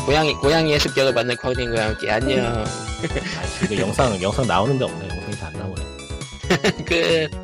Speaker 1: 고양이, 고양이의 습격을 받는 코딩과 함께 안녕.
Speaker 4: 아, 이거 영상 영상 나오는데 없네 영상이 다 안 나와요.
Speaker 1: 끝.